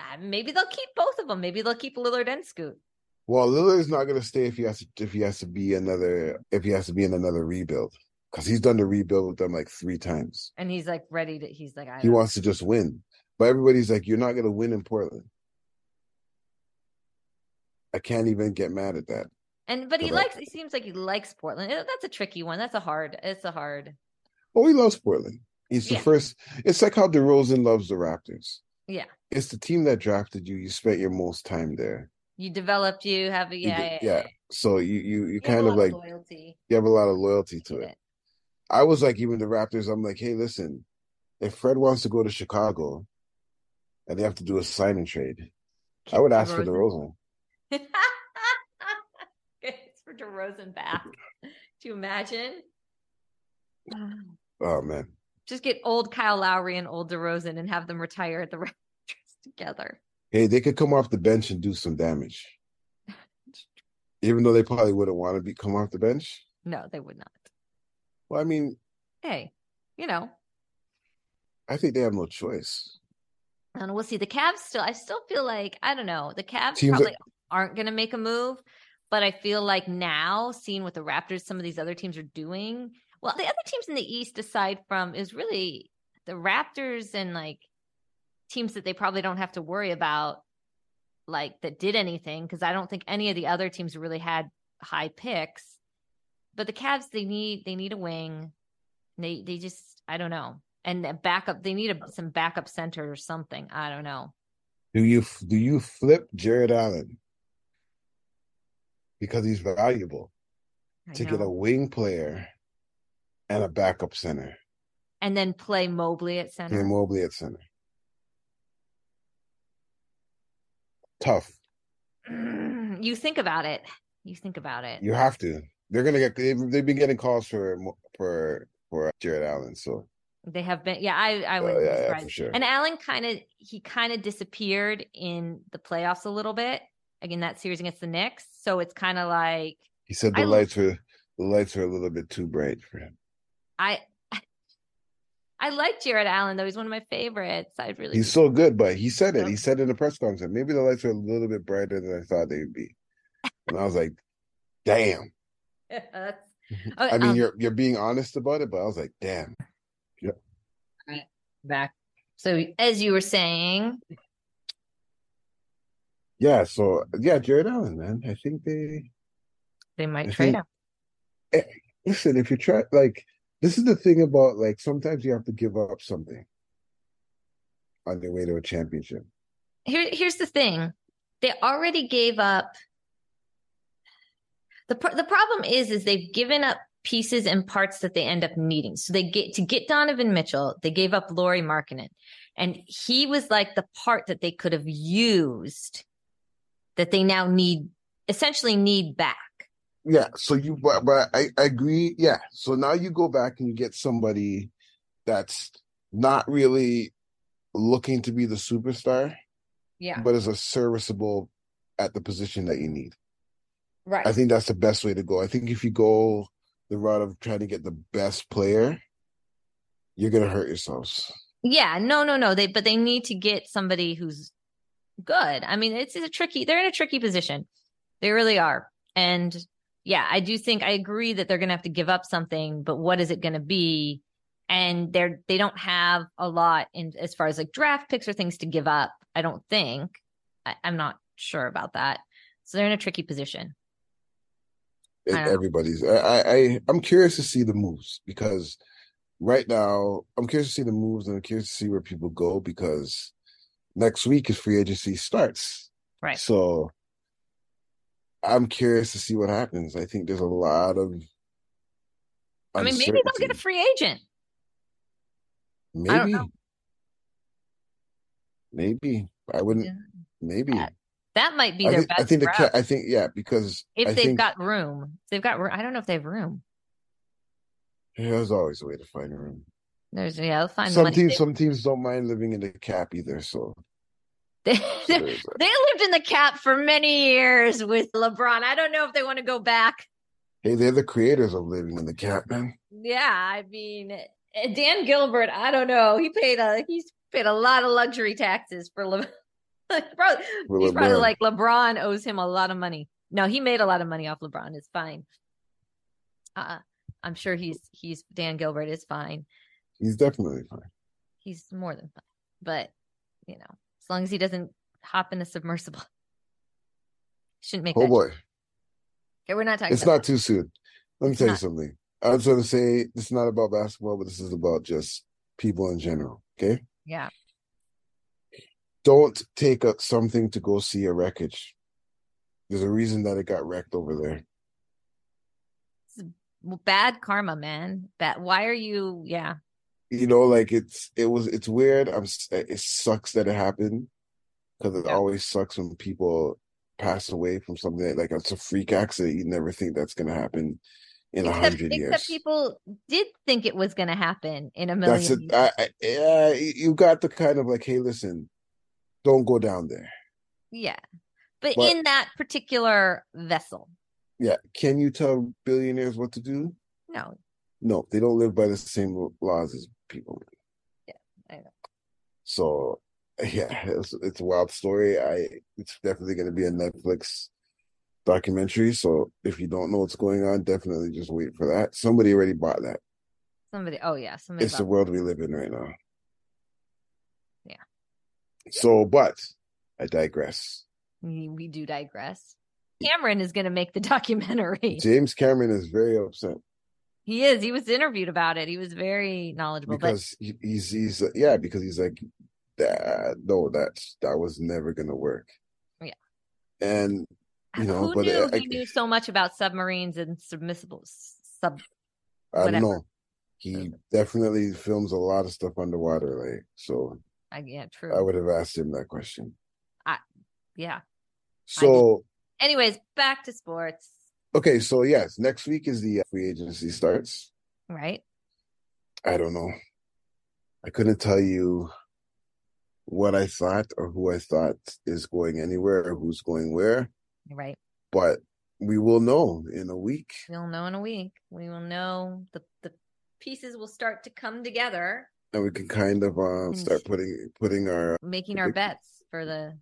Speaker 1: uh, Maybe they'll keep both of them. Maybe they'll keep Lillard and Scoot.
Speaker 2: Well, Lillard's not going to stay if he has to, if he has to be another if he has to be in another rebuild because he's done the rebuild with them like three times.
Speaker 1: And he's like ready to. He's like, I.
Speaker 2: He wants to just win, but everybody's like, "You're not going to win in Portland." I can't even get mad at that.
Speaker 1: and but he
Speaker 2: Correct.
Speaker 1: likes. He seems like he likes Portland. Uh, That's a tricky one. That's a hard. It's a hard.
Speaker 2: Oh, he loves Portland. He's the
Speaker 1: Yeah.
Speaker 2: first. It's like how DeRozan loves the Raptors.
Speaker 1: Yeah.
Speaker 2: it's the team that drafted you. You spent your most time there.
Speaker 1: You developed. You have.
Speaker 2: You
Speaker 1: Yeah.
Speaker 2: did-
Speaker 1: yeah,
Speaker 2: yeah. So you you you
Speaker 1: You have
Speaker 2: kind
Speaker 1: a lot
Speaker 2: of like
Speaker 1: loyalty
Speaker 2: you have a lot of loyalty
Speaker 1: to
Speaker 2: to it.
Speaker 1: it.
Speaker 2: I was like, even the Raptors, I'm like, hey, listen, if Fred wants to go to Chicago and they have to do a sign and trade, I would ask for DeRozan.
Speaker 1: it's for DeRozan back. Do you imagine?
Speaker 2: Oh, man.
Speaker 1: Just get old Kyle Lowry and old DeRozan and have them retire at the Raptors together.
Speaker 2: Hey, they could come off the bench and do some damage. Even though they probably wouldn't want to be come off the bench.
Speaker 1: No, they would not.
Speaker 2: Well, I mean,
Speaker 1: Hey, you know,
Speaker 2: I think they have no choice.
Speaker 1: and we'll see. The Cavs still, I still feel like, I don't know, the Cavs
Speaker 2: Teams
Speaker 1: probably aren't going to make a move, but I feel like now, seeing what the Raptors, some of these other teams are doing, well, the other teams in the East, aside from, is really the Raptors and like teams that they probably don't have to worry about, like that did anything, because I don't think any of the other teams really had high picks. But the Cavs, they need they need a wing. They they just I don't know. And a backup, they need a, some backup center or something. I don't know.
Speaker 2: Do you do you flip Jared Allen? Because he's valuable
Speaker 1: I
Speaker 2: to get
Speaker 1: know.
Speaker 2: a wing player and a backup center.
Speaker 1: and then play Mobley at center.
Speaker 2: Game Mobley at center. Tough.
Speaker 1: you think about it. You think about it.
Speaker 2: You have to. They're gonna get. They've, they've been getting calls for for for Jared Allen. So
Speaker 1: They have been. Yeah, I I
Speaker 2: uh,
Speaker 1: would.
Speaker 2: yeah, yeah,
Speaker 1: describe.
Speaker 2: for sure.
Speaker 1: And Allen kind of he kind of disappeared in the playoffs a little bit. Again, that series against the Knicks. So it's kind of like
Speaker 2: He said the
Speaker 1: I-
Speaker 2: lights were the lights were a little bit too bright for him.
Speaker 1: I I like Jared Allen though. He's one of my favorites. I'd really
Speaker 2: He's so good, but he said it. He said in the press conference, maybe the lights were a little bit brighter than I thought they would be. And I was like, damn.
Speaker 1: That's-
Speaker 2: Mhm.
Speaker 1: Okay,
Speaker 2: I mean,
Speaker 1: um,
Speaker 2: you're you're being honest about it, but I was like, damn.
Speaker 1: back. So as you were saying,
Speaker 2: Yeah. So yeah, Jared Allen, man. I think they
Speaker 1: they might
Speaker 2: I
Speaker 1: trade
Speaker 2: think-
Speaker 1: him.
Speaker 2: listen, if you try, like, this is the thing about like sometimes you have to give up something on your way to a championship.
Speaker 1: Here, here's the thing: they already gave up. the pr- The problem is, is they've given up pieces and parts that they end up needing. So they get to get Donovan Mitchell. They gave up Laurie Markkinen, and he was like the part that they could have used that they now need, essentially need back.
Speaker 2: Yeah. So you, but, but I, I agree. Yeah. So now you go back and you get somebody that's not really looking to be the superstar,
Speaker 1: Yeah,
Speaker 2: but is a serviceable at the position that you need.
Speaker 1: right.
Speaker 2: I think that's the best way to go. I think if you go the route of trying to get the best player, you're going to hurt yourselves.
Speaker 1: Yeah, no, no, no. They but they need to get somebody who's good. I mean, it's, it's a tricky. They're in a tricky position. They really are. And yeah, I do think I agree that they're going to have to give up something, but what is it going to be? And they're they don't have a lot in as far as like draft picks or things to give up. I don't think. I, I'm not sure about that. So they're in a tricky position.
Speaker 2: it-
Speaker 1: I don't know.
Speaker 2: everybody's. I, I I- I'm curious to see the moves because right now I'm curious to see the moves and I'm curious to see where people go because next week is free agency starts.
Speaker 1: Right.
Speaker 2: So I'm curious to see what happens. I think there's a lot of.
Speaker 1: I mean, maybe they'll get a
Speaker 2: uncertainty.
Speaker 1: free agent. I don't
Speaker 2: Maybe.
Speaker 1: know.
Speaker 2: Maybe I wouldn't. Maybe
Speaker 1: Yeah, That might be
Speaker 2: I
Speaker 1: their
Speaker 2: think,
Speaker 1: best
Speaker 2: I think the
Speaker 1: route.
Speaker 2: cat. I think yeah, because
Speaker 1: if
Speaker 2: I
Speaker 1: they've
Speaker 2: think
Speaker 1: got room. If they've got room. I don't know if they have room.
Speaker 2: yeah, there's always a way to find room.
Speaker 1: There's yeah, they'll find
Speaker 2: some
Speaker 1: money.
Speaker 2: teams, some teams don't mind living in the cap either. So
Speaker 1: They,
Speaker 2: so
Speaker 1: they,
Speaker 2: there's that.
Speaker 1: they lived in the cap for many years with LeBron. I don't know if they want to go back.
Speaker 2: hey, they're the creators of living in the cap, man.
Speaker 1: Yeah, I mean eh, Dan Gilbert. I don't know. He paid a he's paid a lot of luxury taxes for LeBron. probably,
Speaker 2: For
Speaker 1: he's probably
Speaker 2: LeBron.
Speaker 1: like LeBron owes him a lot of money. No, he made a lot of money off LeBron. It's fine. Uh, I'm sure he's he's Dan Gilbert is fine.
Speaker 2: He's definitely fine.
Speaker 1: he's more than fine. But you know, as long as he doesn't hop in a submersible, shouldn't make
Speaker 2: Oh
Speaker 1: that.
Speaker 2: boy,
Speaker 1: Okay, we're not talking.
Speaker 2: it's
Speaker 1: about
Speaker 2: not too soon. Let me
Speaker 1: It's
Speaker 2: tell you
Speaker 1: not.
Speaker 2: something. I was going to say this is not about basketball, but this is about just people in general. Okay,
Speaker 1: that. Yeah,
Speaker 2: don't take up something to go see a wreckage. There's a reason that it got wrecked over there.
Speaker 1: Well, bad karma, man. That why are you? Yeah,
Speaker 2: you know like it's it was it's weird i'm s- it sucks that it happened because it
Speaker 1: Yeah.
Speaker 2: always sucks when people pass away from something that, like it's a freak accident you never think that's gonna happen in a
Speaker 1: except
Speaker 2: hundred
Speaker 1: except
Speaker 2: years
Speaker 1: people did think it was going to happen in a million.
Speaker 2: that's it
Speaker 1: years.
Speaker 2: I, I, yeah you you got the kind of like hey listen don't go down there
Speaker 1: yeah, but,
Speaker 2: But-
Speaker 1: in that particular vessel,
Speaker 2: yeah can you tell billionaires what to do
Speaker 1: no,
Speaker 2: no they don't live by the same laws as people
Speaker 1: Yeah, I know.
Speaker 2: so yeah it's, it's a wild story i it's definitely going to be a netflix documentary so if you don't know what's going on definitely just wait for that somebody already bought that
Speaker 1: somebody. Oh yeah, somebody.
Speaker 2: it's the
Speaker 1: bought-
Speaker 2: world we live in right now
Speaker 1: Yeah.
Speaker 2: so but i digress
Speaker 1: we, we do digress. Cameron is going to make the documentary.
Speaker 2: james cameron is very upset
Speaker 1: He is. He was interviewed about it. He was very knowledgeable.
Speaker 2: because he, he's he's yeah because he's like that no that's that was never gonna work
Speaker 1: Yeah.
Speaker 2: and
Speaker 1: but
Speaker 2: you know,
Speaker 1: who
Speaker 2: but
Speaker 1: knew
Speaker 2: I-
Speaker 1: he knew so much about submarines and submersible sub?
Speaker 2: I don't
Speaker 1: Whatever.
Speaker 2: know. He definitely films a lot of stuff underwater, like so.
Speaker 1: I, yeah, true.
Speaker 2: I would have asked him that question.
Speaker 1: yeah.
Speaker 2: So
Speaker 1: Anyways, back to sports,
Speaker 2: okay, so yes, next week is the uh, free agency starts.
Speaker 1: right?
Speaker 2: I don't know. I couldn't tell you what I thought or who I thought is going anywhere or who's going where,
Speaker 1: Right.
Speaker 2: but we will know in a week.
Speaker 1: We'll know in a week. We will know the the pieces will start to come together,
Speaker 2: And we can kind of uh,
Speaker 1: And-
Speaker 2: start putting putting our
Speaker 1: making our
Speaker 2: Predict-
Speaker 1: bets for the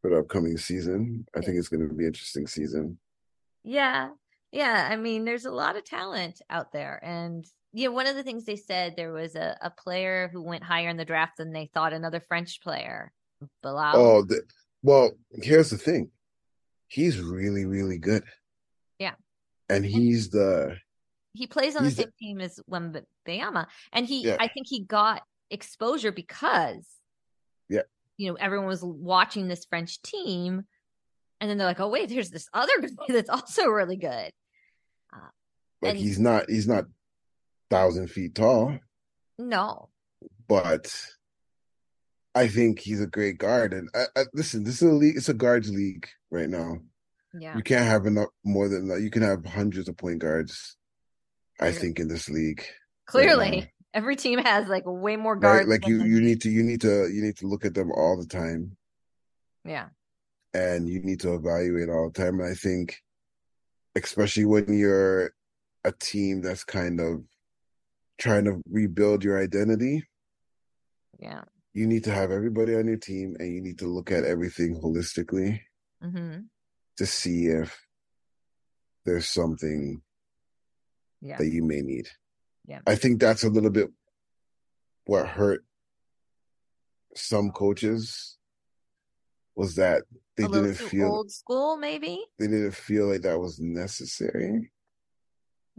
Speaker 2: for the upcoming season. I think it's going to be an interesting season.
Speaker 1: Yeah. Yeah. I mean, there's a lot of talent out there. And yeah, one of the things they said there was a, a player who went higher in the draft than they thought another French player. Bilal.
Speaker 2: Oh, the, well, here's the thing. He's really, really good.
Speaker 1: Yeah.
Speaker 2: And he's the
Speaker 1: he plays on the
Speaker 2: he's the-
Speaker 1: same team as Wembayama. And he
Speaker 2: Yeah.
Speaker 1: I think he got exposure because
Speaker 2: Yeah.
Speaker 1: you know, everyone was watching this French team. And then they're like, oh wait, there's this other guy that's also really good.
Speaker 2: like
Speaker 1: And-
Speaker 2: he's not he's not thousand feet tall,
Speaker 1: No.
Speaker 2: but I think he's a great guard. And I, I, listen, this is a league. It's a guards league right now.
Speaker 1: Yeah.
Speaker 2: You can't have enough more than that. You can have hundreds of point guards. I
Speaker 1: Sure.
Speaker 2: think in this league,
Speaker 1: Clearly.
Speaker 2: now.
Speaker 1: Every team has like way more
Speaker 2: right?
Speaker 1: guards.
Speaker 2: Like
Speaker 1: than
Speaker 2: you,
Speaker 1: them.
Speaker 2: you need to, you need to, you need to look at them all the time.
Speaker 1: yeah.
Speaker 2: and you need to evaluate all the time. And I think, especially when you're a team that's kind of trying to rebuild your identity,
Speaker 1: Yeah.
Speaker 2: you need to have everybody on your team and you need to look at everything holistically
Speaker 1: hmm
Speaker 2: to see if there's something
Speaker 1: Yeah.
Speaker 2: that you may need.
Speaker 1: Yeah.
Speaker 2: I think that's a little bit what hurt some coaches was that they
Speaker 1: a little
Speaker 2: didn't
Speaker 1: too
Speaker 2: feel
Speaker 1: old school, maybe
Speaker 2: they didn't feel like that was necessary.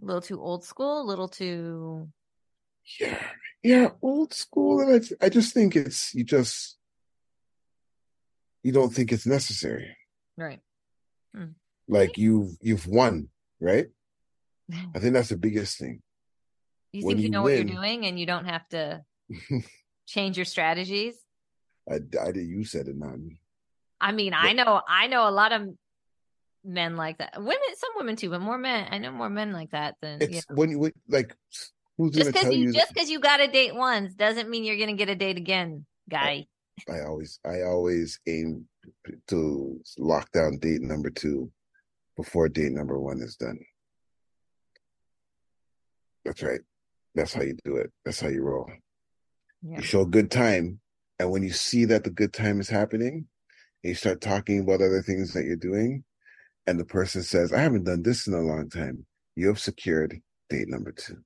Speaker 1: a little too old school, a little too
Speaker 2: Yeah, yeah, old school, and I I just think it's you just you don't think it's necessary.
Speaker 1: right.
Speaker 2: Like you've you've won, right? I think that's the biggest thing.
Speaker 1: You
Speaker 2: When
Speaker 1: think you
Speaker 2: you
Speaker 1: know what
Speaker 2: win-
Speaker 1: you're doing, and you don't have to change your strategies.
Speaker 2: I, I did. You said it, not me.
Speaker 1: I mean, I know, I know a lot of men like that. Women, some women too, but more men. I know more men like that than
Speaker 2: It's
Speaker 1: yeah.
Speaker 2: when you like who's
Speaker 1: just
Speaker 2: going to tell
Speaker 1: because you,
Speaker 2: you? that-
Speaker 1: just because you got a date once doesn't mean you're gonna get a date again, guy.
Speaker 2: I always I always aim to lock down date number two before date number one is done. That's right. That's how you do it. That's how you roll.
Speaker 1: Yeah.
Speaker 2: You show a good time, and when you see that the good time is happening, you start talking about other things that you're doing, and the person says, "I haven't done this in a long time." You have secured date number two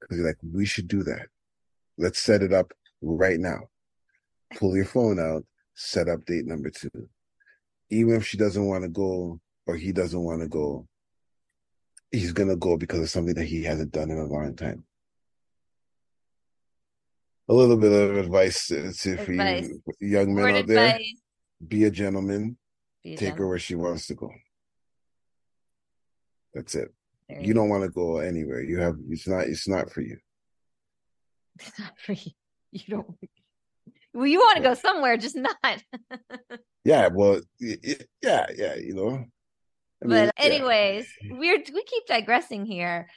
Speaker 2: because you're like, "We should do that. Let's set it up right now." pull your phone out, set up date number two. Even if she doesn't want to go or he doesn't want to go, he's gonna go because of something that he hasn't done in a long time. A little bit of advice uh, to for
Speaker 1: Advice.
Speaker 2: you young men
Speaker 1: Word
Speaker 2: out there:
Speaker 1: advice,
Speaker 2: be a gentleman,
Speaker 1: be a
Speaker 2: take her
Speaker 1: gentleman.
Speaker 2: where she wants to go. That's it.
Speaker 1: There
Speaker 2: You don't want to go anywhere. You have it's not it's not for you.
Speaker 1: It's not for you. You don't. Well, you want to
Speaker 2: Yeah.
Speaker 1: go somewhere, just not.
Speaker 2: Yeah, well, y- y- yeah, yeah, you know. I mean,
Speaker 1: but
Speaker 2: yeah.
Speaker 1: anyways, we're we keep digressing here.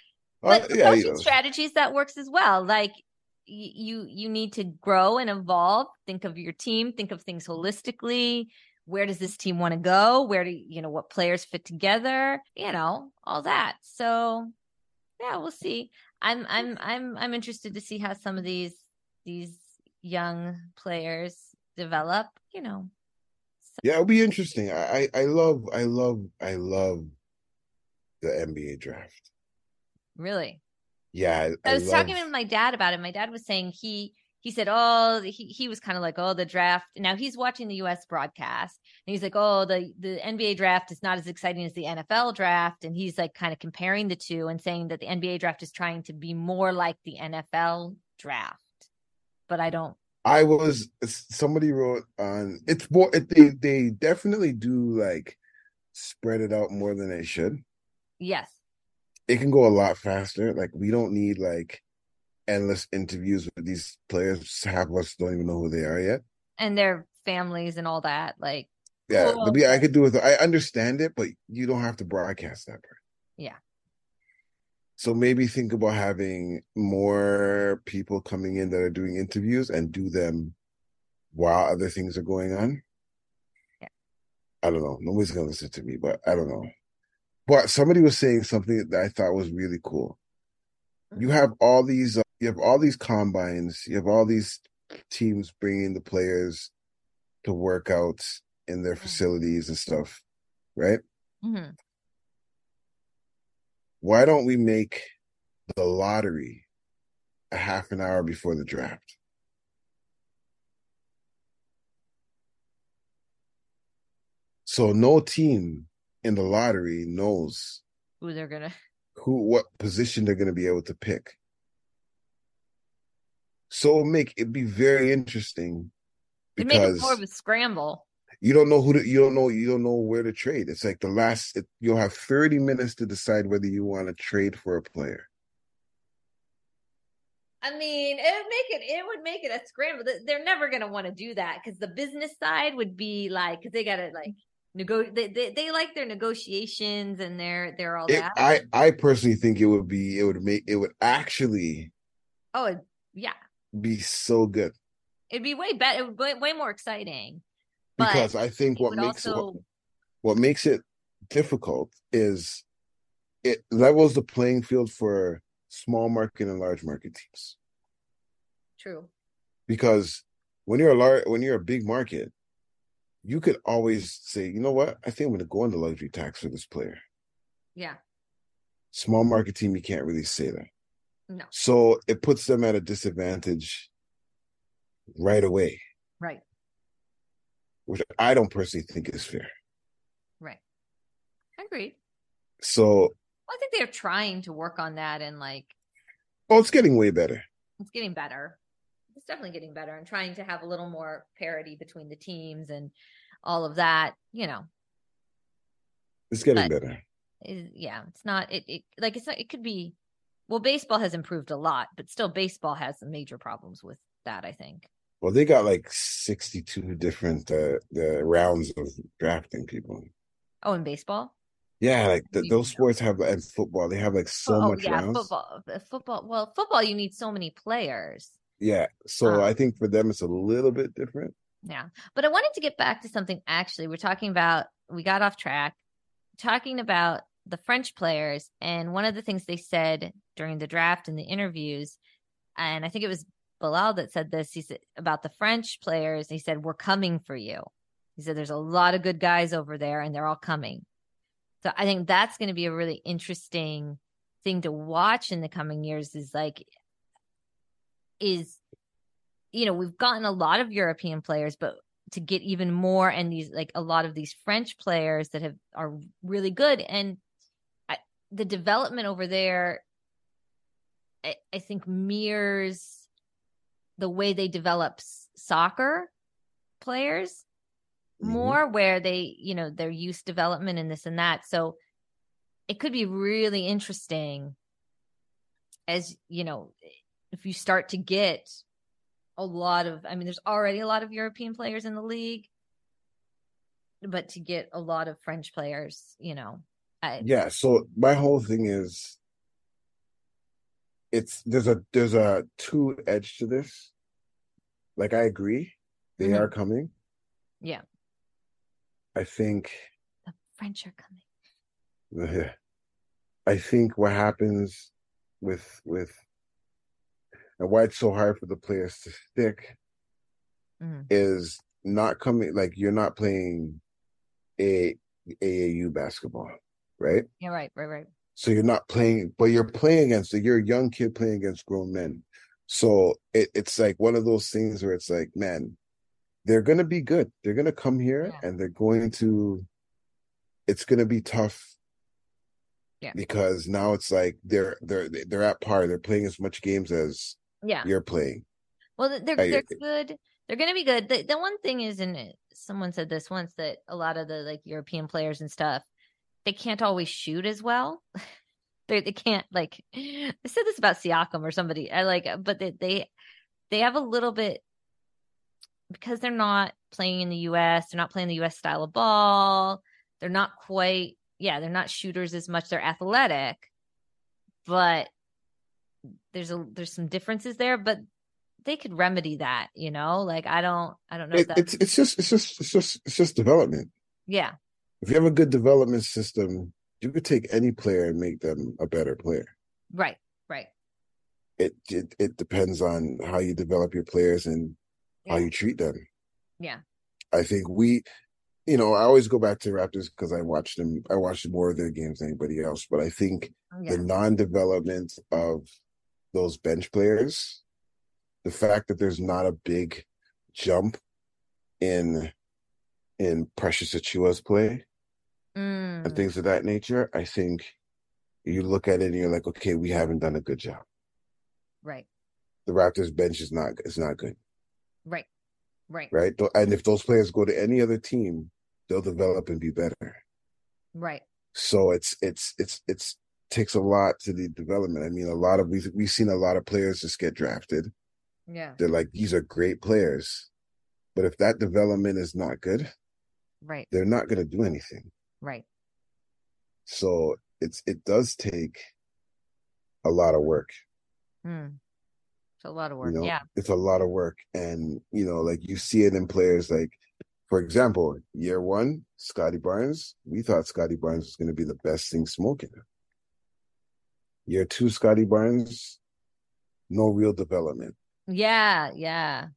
Speaker 2: Uh,
Speaker 1: But
Speaker 2: yeah, you
Speaker 1: coaching
Speaker 2: know.
Speaker 1: strategies that works as well. Like y- you you need to grow and evolve. Think of your team. Think of things holistically. Where does this team want to go? Where do you know what players fit together? You know all that. So yeah, we'll see. I'm I'm I'm I'm interested to see how some of these these young players develop. You know,
Speaker 2: Yeah, it'll be interesting. I, I I love I love I love the NBA draft.
Speaker 1: really.
Speaker 2: Yeah, I,
Speaker 1: I was
Speaker 2: love,
Speaker 1: talking with my dad about it. My dad was saying he he said, "Oh, he he was kind of like, oh, the draft." Now he's watching the U.S. broadcast, and he's like, "Oh, the the NBA draft is not as exciting as the NFL draft," and he's like, kind of comparing the two and saying that the NBA draft is trying to be more like the NFL draft. But I don't.
Speaker 2: I was somebody wrote on it's more it, they they definitely do like spread it out more than they should.
Speaker 1: Yes,
Speaker 2: It can go a lot faster. Like we don't need like endless interviews with these players. Half of us don't even know who they are yet.
Speaker 1: and their families and all that. Like,
Speaker 2: Yeah,
Speaker 1: Cool.
Speaker 2: but yeah, I could do with I understand it, but you don't have to broadcast that part.
Speaker 1: Yeah.
Speaker 2: So maybe think about having more people coming in that are doing interviews and do them while other things are going on.
Speaker 1: Yeah.
Speaker 2: I don't know. Nobody's gonna listen to me, but I don't know. But somebody was saying something that I thought was really cool. You have all these, uh, you have all these combines, you have all these teams bringing the players to workouts in their
Speaker 1: Mhm.
Speaker 2: facilities and stuff, right?
Speaker 1: mhm.
Speaker 2: why don't we make the lottery a half an hour before the draft? So no team in the lottery knows
Speaker 1: Ooh, they're gonna.
Speaker 2: who what position they're going to be able to pick. So it'll make it be very interesting
Speaker 1: It make it
Speaker 2: because
Speaker 1: more of a scramble.
Speaker 2: you don't know who to, you don't know you don't know where to trade. It's like the last it, you'll have 30 minutes to decide whether you want to trade for a player.
Speaker 1: I mean, it would make it. It would make it a scramble. They- They're never going to want to do that because the business side would be like because they got to like negotiate. They, they they like their negotiations and their their all
Speaker 2: It,
Speaker 1: Oh, that.
Speaker 2: I I personally think it would be it would make it would actually
Speaker 1: Oh it- yeah,
Speaker 2: be so good
Speaker 1: it'd be way better. It would be way more exciting. But
Speaker 2: because I think
Speaker 1: it
Speaker 2: what
Speaker 1: would
Speaker 2: makes it-
Speaker 1: also
Speaker 2: what, what makes it difficult is it levels the playing field for small market and large market teams
Speaker 1: true.
Speaker 2: because when you're a large when you're a big market you could always say you know what I think I'm going to go on the luxury tax for this player
Speaker 1: Yeah,
Speaker 2: small market team you can't really say that
Speaker 1: no,
Speaker 2: so it puts them at a disadvantage right away
Speaker 1: right,
Speaker 2: which I don't personally think is fair
Speaker 1: right. Agreed.
Speaker 2: so
Speaker 1: Well, I think they're trying to work on that and like
Speaker 2: oh it's getting way better
Speaker 1: it's getting better. It's definitely getting better and trying to have a little more parity between the teams and all of that. You know.
Speaker 2: it's getting
Speaker 1: But-
Speaker 2: better
Speaker 1: is yeah it's not it, it like it's not it could be well baseball has improved a lot but still baseball has some major problems with that i think
Speaker 2: Well, they got like 62 different uh, the rounds of drafting people.
Speaker 1: Oh, in baseball?
Speaker 2: Yeah, like th- those sports have and football they have like so
Speaker 1: oh,
Speaker 2: much
Speaker 1: yeah,
Speaker 2: rounds.
Speaker 1: football. uh, Football. Well, football, you need so many players.
Speaker 2: Yeah, so
Speaker 1: Wow.
Speaker 2: I think for them it's a little bit different.
Speaker 1: Yeah. But I wanted to get back to something actually. We're talking about, we got off track, talking about the French players. And one of the things they said during the draft and the interviews, and I think it was Bilal that said this, he said about the French players, he said, We're coming for you. He said, There's a lot of good guys over there and they're all coming. So I think that's going to be a really interesting thing to watch in the coming years is like, is you know we've gotten a lot of european players but to get even more and these like a lot of these french players that have are really good and I, the development over there I, I think mirrors the way they develop s- soccer players
Speaker 2: Mhm.
Speaker 1: more where they you know their youth development and this and that so it could be really interesting as you know if you start to get a lot of i mean there's already a lot of european players in the league but to get a lot of french players you know I,
Speaker 2: Yeah, so my whole thing is it's there's a there's a two edge to this. Like I agree, they
Speaker 1: Mhm.
Speaker 2: are coming.
Speaker 1: Yeah.
Speaker 2: I think
Speaker 1: the french are coming
Speaker 2: Yeah. I think what happens with with and why it's so hard for the players to stick
Speaker 1: Mhm.
Speaker 2: is not coming like you're not playing a AAU basketball, right?
Speaker 1: yeah right right right
Speaker 2: So you're not playing, but you're playing against you're a young kid playing against grown men. So it, it's like one of those things where it's like, man, they're gonna be good. They're gonna come here
Speaker 1: Yeah.
Speaker 2: and they're going to it's gonna be tough.
Speaker 1: Yeah.
Speaker 2: Because now it's like they're they're they're at par. They're playing as much games as
Speaker 1: yeah
Speaker 2: you're playing.
Speaker 1: well they're
Speaker 2: I-
Speaker 1: they're good they're gonna be good the, the one thing is and someone said this once that a lot of the like european players and stuff they can't always shoot as well they they can't like I said this about Siakam or somebody. I like but they they they have a little bit because they're not playing in the US, they're not playing the US style of ball. They're not quite yeah, they're not shooters as much. They're athletic, but there's a there's some differences there, but they could remedy that, you know? Like I don't I don't know if
Speaker 2: It,
Speaker 1: that
Speaker 2: it's it's just it's just it's just it's just development.
Speaker 1: yeah.
Speaker 2: If you have a good development system, you could take any player and make them a better player.
Speaker 1: Right, right.
Speaker 2: it it, it depends on how you develop your players and how
Speaker 1: Yeah.
Speaker 2: you treat them.
Speaker 1: Yeah.
Speaker 2: I think we, you know, I always go back to Raptors because I watched them. I watched more of their games than anybody else. But I think
Speaker 1: Oh, Yeah.
Speaker 2: the non-development of those bench players, the fact that there's not a big jump in in Precious Achua's play and
Speaker 1: Mm,
Speaker 2: things of that nature, I think you look at it and you're like, okay, we haven't done a good job.
Speaker 1: right,
Speaker 2: The Raptors bench is not is not good.
Speaker 1: right, right,
Speaker 2: right? Th- And if those players go to any other team, they'll develop and be better.
Speaker 1: right.
Speaker 2: So it's it's it's it's takes a lot to the development. I mean, a lot of we've we've seen a lot of players just get drafted.
Speaker 1: Yeah.
Speaker 2: They're like these are great players, but if that development is not good,
Speaker 1: Right,
Speaker 2: they're not going to do anything.
Speaker 1: right.
Speaker 2: So it's it does take a lot of work.
Speaker 1: Mm. It's a lot of
Speaker 2: You
Speaker 1: work.
Speaker 2: know,
Speaker 1: Yeah.
Speaker 2: it's a lot of work, and you know, like you see it in players like. For example, year one, Scotty Barnes, we thought Scotty Barnes was going to be the best thing smoking. Year two, Scotty Barnes, no real development.
Speaker 1: Yeah, yeah.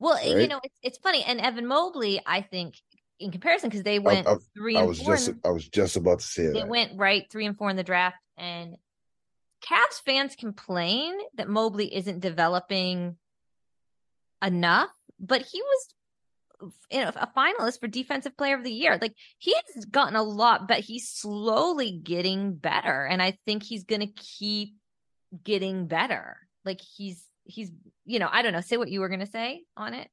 Speaker 1: Well, you
Speaker 2: Right?
Speaker 1: know, it's it's funny, and Evan Mobley, I think, in comparison, because they
Speaker 2: I,
Speaker 1: went
Speaker 2: I,
Speaker 1: three
Speaker 2: I
Speaker 1: and
Speaker 2: was
Speaker 1: four,
Speaker 2: just
Speaker 1: in,
Speaker 2: I was just about to say
Speaker 1: they
Speaker 2: that.
Speaker 1: went right three and four in the draft, and Cavs fans complain that Mobley isn't developing enough, but he was you know, a finalist for Defensive Player of the Year. Like he's gotten a lot, but he's slowly getting better, and I think he's going to keep getting better. Like he's he's you know, I don't know. Say what you were going to say on it.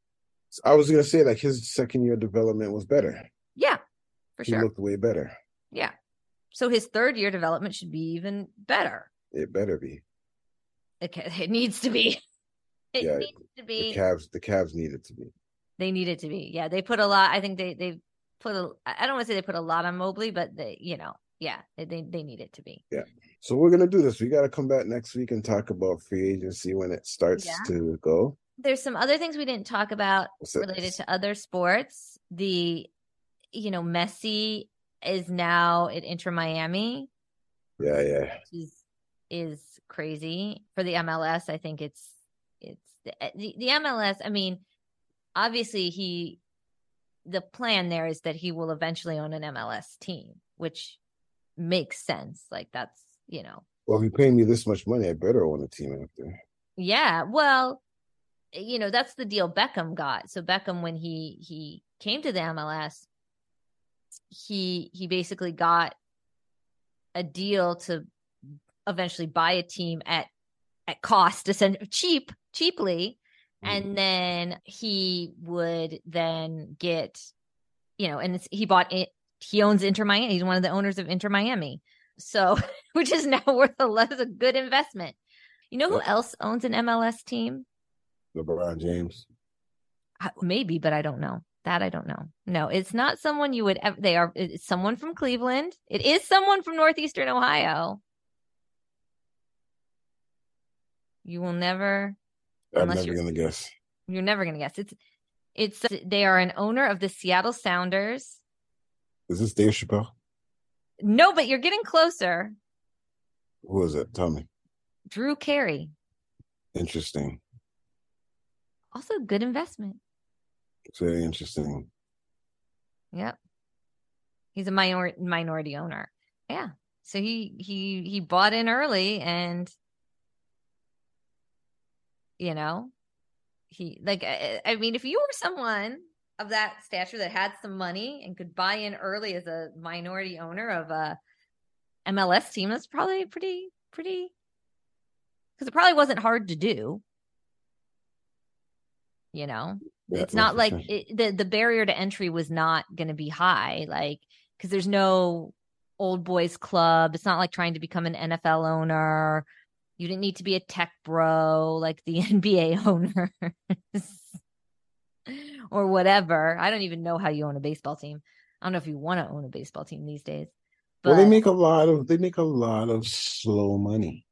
Speaker 2: I was gonna say like his second year development was better.
Speaker 1: Yeah, for
Speaker 2: he
Speaker 1: sure.
Speaker 2: looked way better.
Speaker 1: Yeah. So his third year development should be even better.
Speaker 2: It better be.
Speaker 1: Okay, it needs to be. It
Speaker 2: Yeah,
Speaker 1: needs to
Speaker 2: The
Speaker 1: be.
Speaker 2: Cavs, the Cavs need it to be.
Speaker 1: They need it to be. Yeah, they put a lot. I think they they put a. I don't want to say they put a lot on Mobley, but they you know yeah they they, they need it to be.
Speaker 2: So we're gonna do this. We gotta come back next week and talk about free agency when it starts
Speaker 1: Yeah.
Speaker 2: to go.
Speaker 1: There's some other things we didn't talk about
Speaker 2: So-
Speaker 1: related to other sports. The you know Messi is now at Inter Miami,
Speaker 2: Yeah, yeah.
Speaker 1: which is is crazy for the MLS. I think it's it's the, eh, the, the MLS. I mean, obviously he the plan there is that he will eventually own an MLS team, which makes sense. Like that's you know
Speaker 2: Well, if you're paying me this much money, I better own a team after.
Speaker 1: yeah, well, eh, you know, that's the deal Beckham got. So Beckham when he he came to the MLS, he he basically got a deal to eventually buy a team at at cost, essentially cheap, cheaply,
Speaker 2: Mm-hmm.
Speaker 1: and then he would then get you know, and it's, he bought it he owns Inter Miami. He's one of the owners of Inter Miami. So, which is now worth a lot is a good investment. You know who
Speaker 2: Yep.
Speaker 1: else owns an MLS team?
Speaker 2: LeBron James.
Speaker 1: I- Maybe, but I don't know. That I don't know. No, it's not someone you would ever. They are it's someone from Cleveland. It is someone from Northeastern Ohio. You will never.
Speaker 2: I'm
Speaker 1: Unless
Speaker 2: never
Speaker 1: you're-
Speaker 2: gonna guess.
Speaker 1: You're never going to guess. It's. It's. They are an owner of the Seattle Sounders.
Speaker 2: Is this Dave Chappelle?
Speaker 1: No, but you're getting closer.
Speaker 2: Who is it? Tell me.
Speaker 1: Drew Carey,
Speaker 2: Interesting.
Speaker 1: also good investment.
Speaker 2: It's very interesting.
Speaker 1: Yep. He's a minor- minority owner. Yeah. So he he he bought in early and you know, he like I, I mean if you were someone of that stature that had some money and could buy in early as a minority owner of a MLS team, that's probably pretty pretty cuz it probably wasn't hard to do. You know
Speaker 2: Yeah,
Speaker 1: it's not
Speaker 2: for
Speaker 1: like
Speaker 2: sure.
Speaker 1: it, the the barrier to entry was not going to be high like because there's no old boys club it's not like trying to become an nfl owner you didn't need to be a tech bro like the nba owners or whatever i don't even know how you own a baseball team i don't know if you want to own a baseball team these days but
Speaker 2: Well, they make a lot of they make a lot of slow money.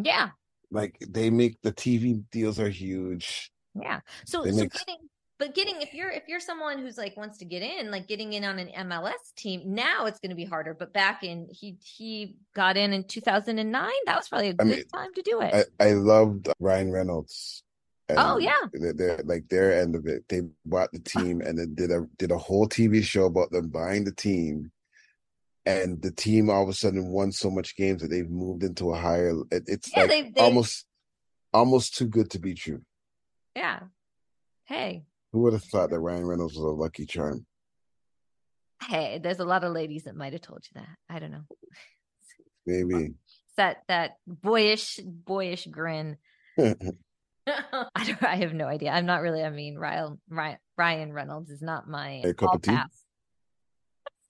Speaker 1: yeah
Speaker 2: Like they make the TV deals are huge.
Speaker 1: Yeah. So,
Speaker 2: They
Speaker 1: so
Speaker 2: make-
Speaker 1: getting, but getting if you're if you're someone who's like wants to get in, like getting in on an MLS team, now it's going to be harder. But back in he he got in in 2009. That was probably a good
Speaker 2: mean,
Speaker 1: time to do it.
Speaker 2: I, I loved Ryan Reynolds. and
Speaker 1: Oh, yeah.
Speaker 2: their, their- like their end of it. They bought the team and then did a did a whole TV show about them buying the team, and the team all of a sudden won so much games that they've moved into a higher. It, it's
Speaker 1: yeah,
Speaker 2: like
Speaker 1: they, they
Speaker 2: almost almost too good to be true.
Speaker 1: yeah. Hey,
Speaker 2: Who would have thought that Ryan Reynolds was a lucky charm?
Speaker 1: hey, there's a lot of ladies that might have told you that. I don't know.
Speaker 2: Maybe.
Speaker 1: It's that that boyish boyish grin. I don't, I have no idea. I'm not really. I mean, Ryan Ryan, Ryan Reynolds is not my
Speaker 2: A cup
Speaker 1: all
Speaker 2: of tea?
Speaker 1: pass.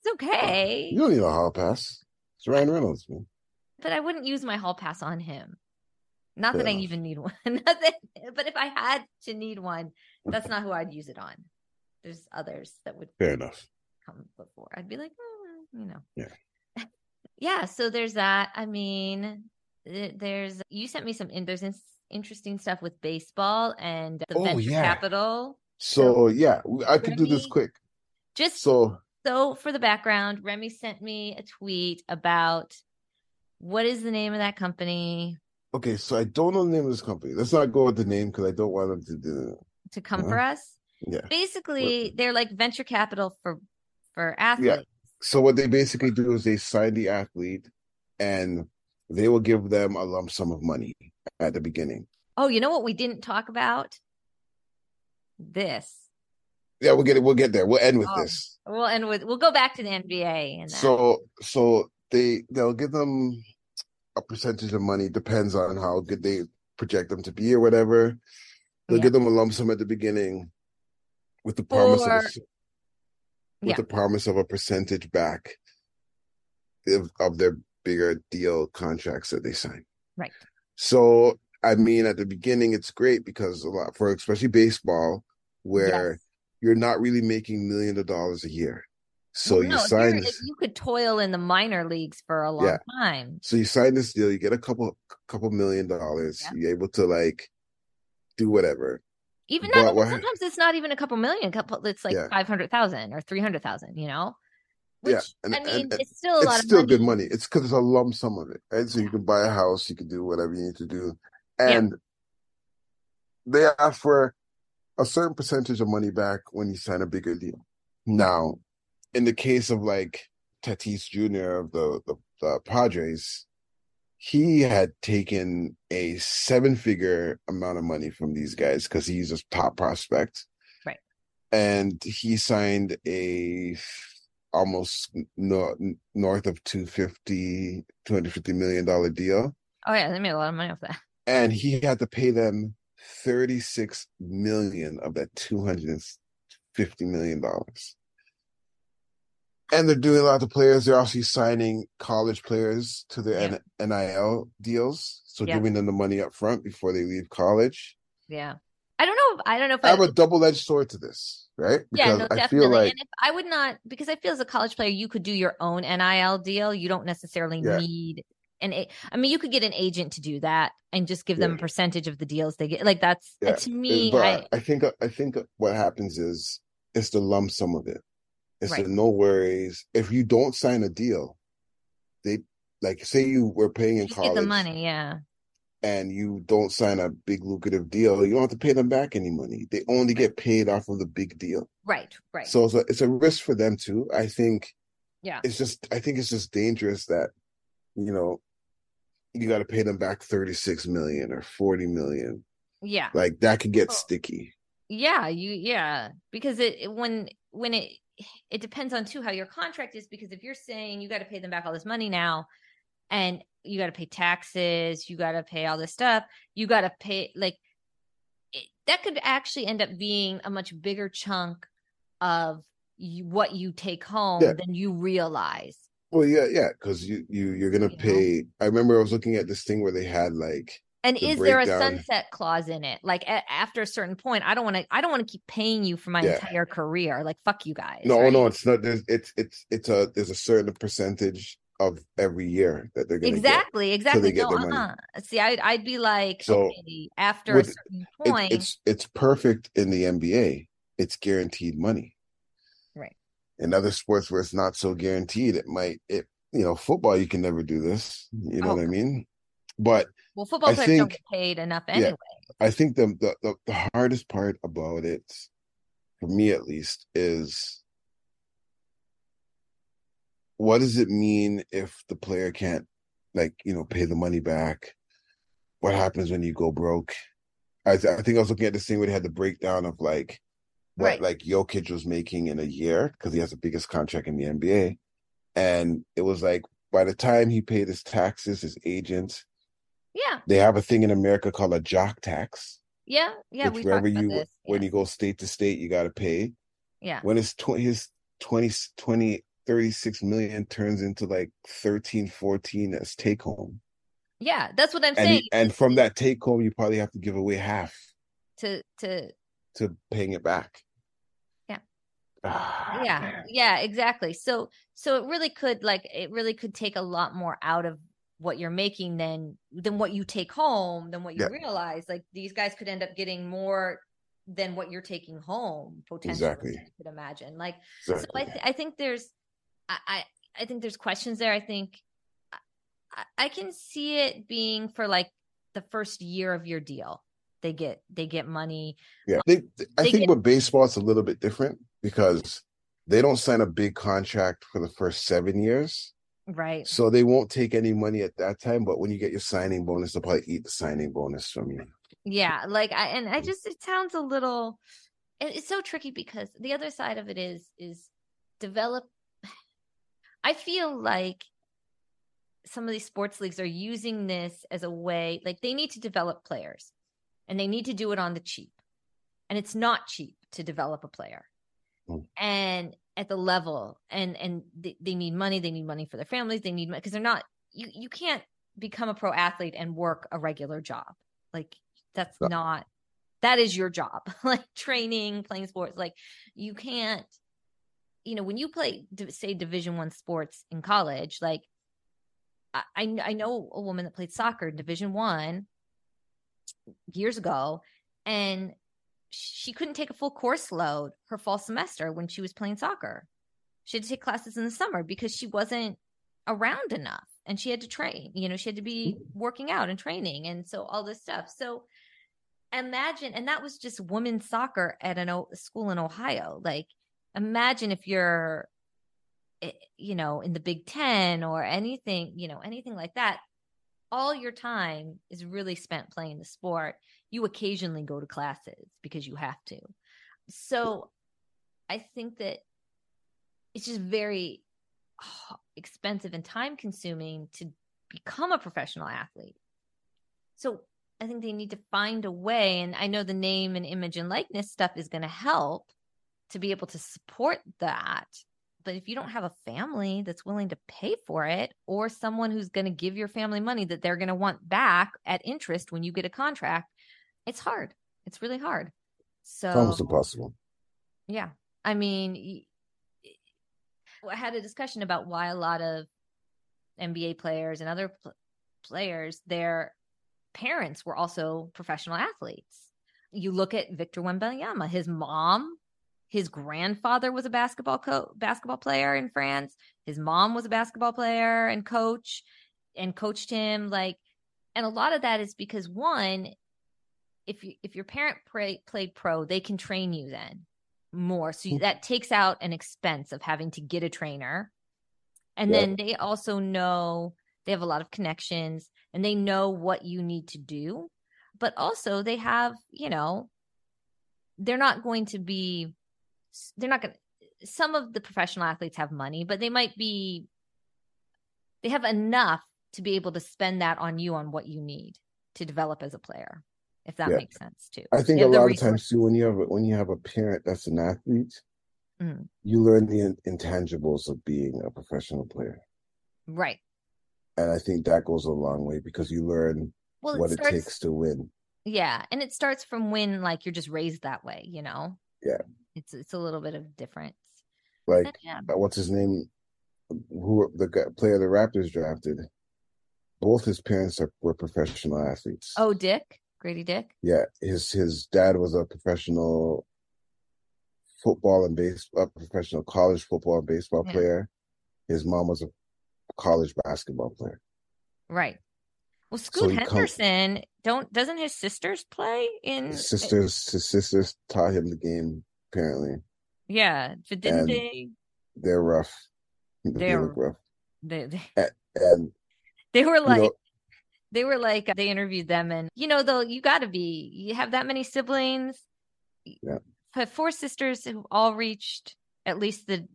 Speaker 1: It's okay.
Speaker 2: You don't need a hall pass. It's Ryan Reynolds, man.
Speaker 1: but I wouldn't use my hall pass on him. Not that I
Speaker 2: Fair enough.
Speaker 1: even need one. Not that, but if I had to need one, that's not who I'd use it on. There's others that would
Speaker 2: Fair enough.
Speaker 1: come before. I'd be like, oh, well, you know.
Speaker 2: Yeah.
Speaker 1: yeah. So there's that. I mean, th- there's, you sent me some, in- there's this interesting stuff with baseball and the
Speaker 2: Oh,
Speaker 1: venture
Speaker 2: yeah.
Speaker 1: capital. So-
Speaker 2: So, yeah, I could do this
Speaker 1: Remy-
Speaker 2: quick.
Speaker 1: Just
Speaker 2: So
Speaker 1: So, for the background, Remy sent me a tweet about what is the name of that company
Speaker 2: okay, so I don't know the name of this company. Let's not go with the name because I don't want them to do.
Speaker 1: to come
Speaker 2: Huh?
Speaker 1: for us.
Speaker 2: Uh-huh. Yeah.
Speaker 1: Basically, they're like venture capital for for athletes.
Speaker 2: So what they basically do is they sign the athlete, and they will give them a lump sum of money at the beginning.
Speaker 1: Oh, you know what we didn't talk about? This.
Speaker 2: Yeah, we'll get it. We'll get there. We'll end with
Speaker 1: Oh,
Speaker 2: this.
Speaker 1: We'll end with we'll go back to the NBA and that.
Speaker 2: So so they they'll give them a percentage of money, depends on how good they project them to be or whatever. They'll
Speaker 1: Yeah.
Speaker 2: give them a lump sum at the beginning with the promise of a,
Speaker 1: Or-
Speaker 2: with
Speaker 1: Yeah.
Speaker 2: the promise of a percentage back of, of their bigger deal contracts that they sign.
Speaker 1: Right.
Speaker 2: So I mean, at the beginning, it's great because a lot for especially baseball, where
Speaker 1: Yes.
Speaker 2: you're not really making millions of dollars a year. So
Speaker 1: Well,
Speaker 2: you
Speaker 1: no, if
Speaker 2: sign
Speaker 1: you're-
Speaker 2: this.
Speaker 1: if you could toil in the minor leagues for a long
Speaker 2: Yeah.
Speaker 1: time.
Speaker 2: So you sign this deal, you get a couple couple million dollars.
Speaker 1: Yeah.
Speaker 2: You're able to like do whatever.
Speaker 1: Even
Speaker 2: But
Speaker 1: not,
Speaker 2: what-
Speaker 1: sometimes it's not even a couple million. Couple, it's like
Speaker 2: Yeah.
Speaker 1: five hundred thousand or three hundred thousand. You know, which
Speaker 2: Yeah, and-
Speaker 1: I
Speaker 2: and-
Speaker 1: mean,
Speaker 2: and
Speaker 1: it's still a lot
Speaker 2: It's
Speaker 1: of
Speaker 2: still
Speaker 1: money.
Speaker 2: good money. It's because it's a lump sum of it, right? So you
Speaker 1: Yeah.
Speaker 2: can buy a house, you can do whatever you need to do,
Speaker 1: Yeah.
Speaker 2: and they ask for a certain percentage of money back when you sign a bigger deal. Now, in the case of like Tatis Jr. of the the, the Padres, he had taken a seven figure amount of money from these guys because he's a top prospect.
Speaker 1: Right.
Speaker 2: And he signed a f- almost no, north of 250 250 million dollar deal
Speaker 1: Oh yeah, they made a lot of money off that.
Speaker 2: and he had to pay them 36 million of that 250 million dollars and they're doing a lot of players they're also signing college players to their
Speaker 1: Yeah.
Speaker 2: N- nil deals so
Speaker 1: Yeah.
Speaker 2: giving them the money up front before they leave college
Speaker 1: Yeah, I don't know. if- I don't know if
Speaker 2: i have
Speaker 1: I.
Speaker 2: a double-edged sword to this right
Speaker 1: Yeah,
Speaker 2: because
Speaker 1: no,
Speaker 2: i
Speaker 1: definitely.
Speaker 2: feel like
Speaker 1: and if I would not, because I feel as a college player, you could do your own NIL deal. You don't necessarily
Speaker 2: Yeah.
Speaker 1: need an. A- I mean, you could get an agent to do that and just give them
Speaker 2: Yeah.
Speaker 1: a percentage of the deals they get. Like that's
Speaker 2: Yeah.
Speaker 1: to me. I,
Speaker 2: but I, think i think what happens is it's the lump sum of it it's
Speaker 1: Right.
Speaker 2: the no worries if you don't sign a deal they like say you were paying in
Speaker 1: just get the
Speaker 2: college
Speaker 1: money. Yeah,
Speaker 2: and you don't sign a big lucrative deal you don't have to pay them back any money they only get paid off of the big deal
Speaker 1: right, right.
Speaker 2: so it's a, it's a risk for them too i think
Speaker 1: Yeah.
Speaker 2: it's just i think it's just dangerous that you know you got to pay them back 36 million or 40 million
Speaker 1: yeah.
Speaker 2: like that could get
Speaker 1: Oh.
Speaker 2: sticky
Speaker 1: yeah you yeah because it, it- when when it it depends on too how your contract is because if you're saying you got to pay them back all this money now and you got to pay taxes you got to pay all this stuff you got to pay like it, that could actually end up being a much bigger chunk of you, what you take home
Speaker 2: Yeah.
Speaker 1: than you realize
Speaker 2: Well, yeah, yeah, because you you you're gonna
Speaker 1: You know?
Speaker 2: pay. I remember I was looking at this thing where they had like,
Speaker 1: and
Speaker 2: The
Speaker 1: is there a
Speaker 2: breakdown.
Speaker 1: sunset clause in it like a, after a certain point i don't want to i don't want to keep paying you for my
Speaker 2: Yeah.
Speaker 1: entire career like fuck you guys
Speaker 2: no,
Speaker 1: right?
Speaker 2: no, it's not. There's, it's it's it's a there's a certain percentage of every year that they're gonna get.
Speaker 1: exactly exactly
Speaker 2: get
Speaker 1: no
Speaker 2: their money.
Speaker 1: uh-uh. see I, i'd be like
Speaker 2: So,
Speaker 1: okay after
Speaker 2: with-
Speaker 1: a certain
Speaker 2: It-
Speaker 1: point
Speaker 2: it's it's perfect in the NBA. It's guaranteed money.
Speaker 1: Right.
Speaker 2: In other sports where it's not so guaranteed, it might it you know football you can never do this. You know
Speaker 1: Oh,
Speaker 2: what I mean? But
Speaker 1: well football
Speaker 2: I
Speaker 1: players
Speaker 2: think-
Speaker 1: don't get paid enough anyway
Speaker 2: I think the, the the the hardest part about it, for me at least, is what does it mean if the player can't like you know pay the money back what happens when you go broke i, I think i was looking at this thing where they had the breakdown of like what
Speaker 1: Right.
Speaker 2: like Jokic was making in a year because he has the biggest contract in the NBA and it was like by the time he paid his taxes his agents
Speaker 1: yeah
Speaker 2: they have a thing in America called a jock tax
Speaker 1: yeah yeah
Speaker 2: which
Speaker 1: we talked
Speaker 2: wherever
Speaker 1: about
Speaker 2: you
Speaker 1: this
Speaker 2: when you go state to state you got to pay
Speaker 1: yeah
Speaker 2: when his tw- his 20 20 36 million turns into like 13 14 as take home
Speaker 1: yeah, yeah. that's what i'm
Speaker 2: and
Speaker 1: saying
Speaker 2: you- and from that take home you probably have to give away half
Speaker 1: to to
Speaker 2: to paying it back
Speaker 1: Yeah.
Speaker 2: Ah,
Speaker 1: yeah yeah exactly so so it really could like it really could take a lot more out of what you're making than than what you take home than what you
Speaker 2: Yeah.
Speaker 1: realize like these guys could end up getting more than what you're taking home potentially
Speaker 2: Exactly.
Speaker 1: you could imagine like
Speaker 2: so-
Speaker 1: so I, th- I think there's I, I i think there's questions there i think I- I, I can see it being for like the first year of your deal they get they get money
Speaker 2: yeah they, i
Speaker 1: They
Speaker 2: think
Speaker 1: get-
Speaker 2: with baseball it's a little bit different because they don't sign a big contract for the first seven years
Speaker 1: right
Speaker 2: so they won't take any money at that time but when you get your signing bonus they'll probably eat the signing bonus from you
Speaker 1: yeah like i and i just it sounds a little it- it's so tricky because the other side of it is is develop i feel like some of these sports leagues are using this as a way like they need to develop players and they need to do it on the cheap and it's not cheap to develop a player
Speaker 2: Mm.
Speaker 1: and at the level and and they, they need money they need money for their families they need money because they're not you you can't become a pro athlete and work a regular job Like that's not that is your job. like training, playing sports. Like you can't, you know, when you play say Division One sports in college, like I I know a woman that played soccer in Division One years ago, and she couldn't take a full course load her fall semester when she was playing soccer. She had to take classes in the summer because she wasn't around enough and she had to train. You know, she had to be working out and training and so all this stuff. So imagine, and that was just women's soccer at an o- school in Ohio. Like, imagine if you're, eh, you know, in the Big Ten or anything, you know, anything like that. All your time is really spent playing the sport. You occasionally go to classes because you have to. So I think that it's just very oh, expensive and time consuming to become a professional athlete. So I think they need to find a way. And I know the name and image and likeness stuff is going to help to be able to support that. But if you don't have a family that's willing to pay for it, or someone who's going to give your family money that they're going to want back at interest when you get a contract, it's hard. It's really hard. So
Speaker 2: It's almost impossible.
Speaker 1: Yeah. I mean, I had a discussion about why a lot of NBA players and other pl- players, their parents were also professional athletes. You look at Victor Wembanyama, his mom, his grandfather was a basketball co- basketball player in France. His mom was a basketball player and coach and coached him like and a lot of that is because one if you, if your parent play, played pro, they can train you then more. So you, that takes out an expense of having to get a trainer. And yeah. then they also know they have a lot of connections and they know what you need to do. But also they have, you know, they're not going to be, they're not going to, some of the professional athletes have money, but they might be, they have enough to be able to spend that on you on what you need to develop as a player if that yeah. makes sense too.
Speaker 2: I think a lot of times too, when you have a, when you have a parent that's an athlete, mm-hmm. you learn the intangibles of being a professional player,
Speaker 1: right?
Speaker 2: And I think that goes a long way because you learn well, it what starts, it takes to win.
Speaker 1: Yeah, and it starts from when like you're just raised that way, you know.
Speaker 2: Yeah,
Speaker 1: it's it's a little bit of difference.
Speaker 2: Like and, yeah. what's his name? Who the guy, player the Raptors drafted? Both his parents are, were professional athletes.
Speaker 1: Oh, Dick. Grady Dick.
Speaker 2: Yeah, his his dad was a professional football and baseball, professional college football and baseball yeah. player. His mom was a college basketball player.
Speaker 1: Right. Well, Scoot so he Henderson comes, don't doesn't his sisters play in
Speaker 2: his sisters? His sisters taught him the game apparently.
Speaker 1: Yeah, but didn't and they?
Speaker 2: They're rough.
Speaker 1: They're they rough. They, they,
Speaker 2: and, and
Speaker 1: they were like. You know, they were like they interviewed them and you know though you got to be you have that many siblings
Speaker 2: yeah
Speaker 1: have four sisters who all reached at least the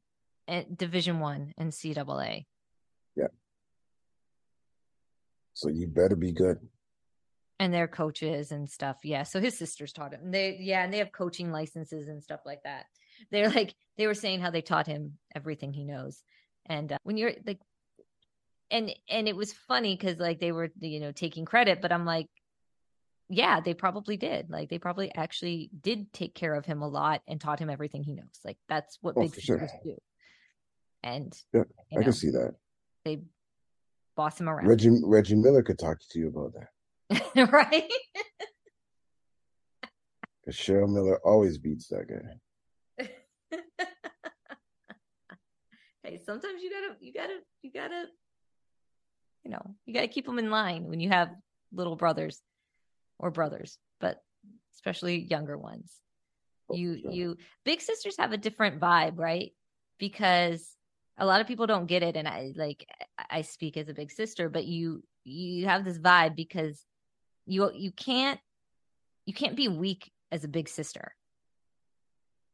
Speaker 1: uh, division one in ncaa
Speaker 2: yeah so you better be good
Speaker 1: and their coaches and stuff yeah so his sisters taught him they yeah and they have coaching licenses and stuff like that they're like they were saying how they taught him everything he knows and uh, when you're like and and it was funny because like they were you know taking credit but i'm like yeah they probably did like they probably actually did take care of him a lot and taught him everything he knows like that's what oh, big sure. do and
Speaker 2: yeah, i know, can see that
Speaker 1: they boss him around
Speaker 2: reggie reggie miller could talk to you about
Speaker 1: that right
Speaker 2: because cheryl miller always beats that guy
Speaker 1: hey sometimes you gotta you gotta you gotta you know, you got to keep them in line when you have little brothers or brothers, but especially younger ones. Oh, you, sure. you, big sisters have a different vibe, right? Because a lot of people don't get it. And I like, I speak as a big sister, but you, you have this vibe because you, you can't, you can't be weak as a big sister.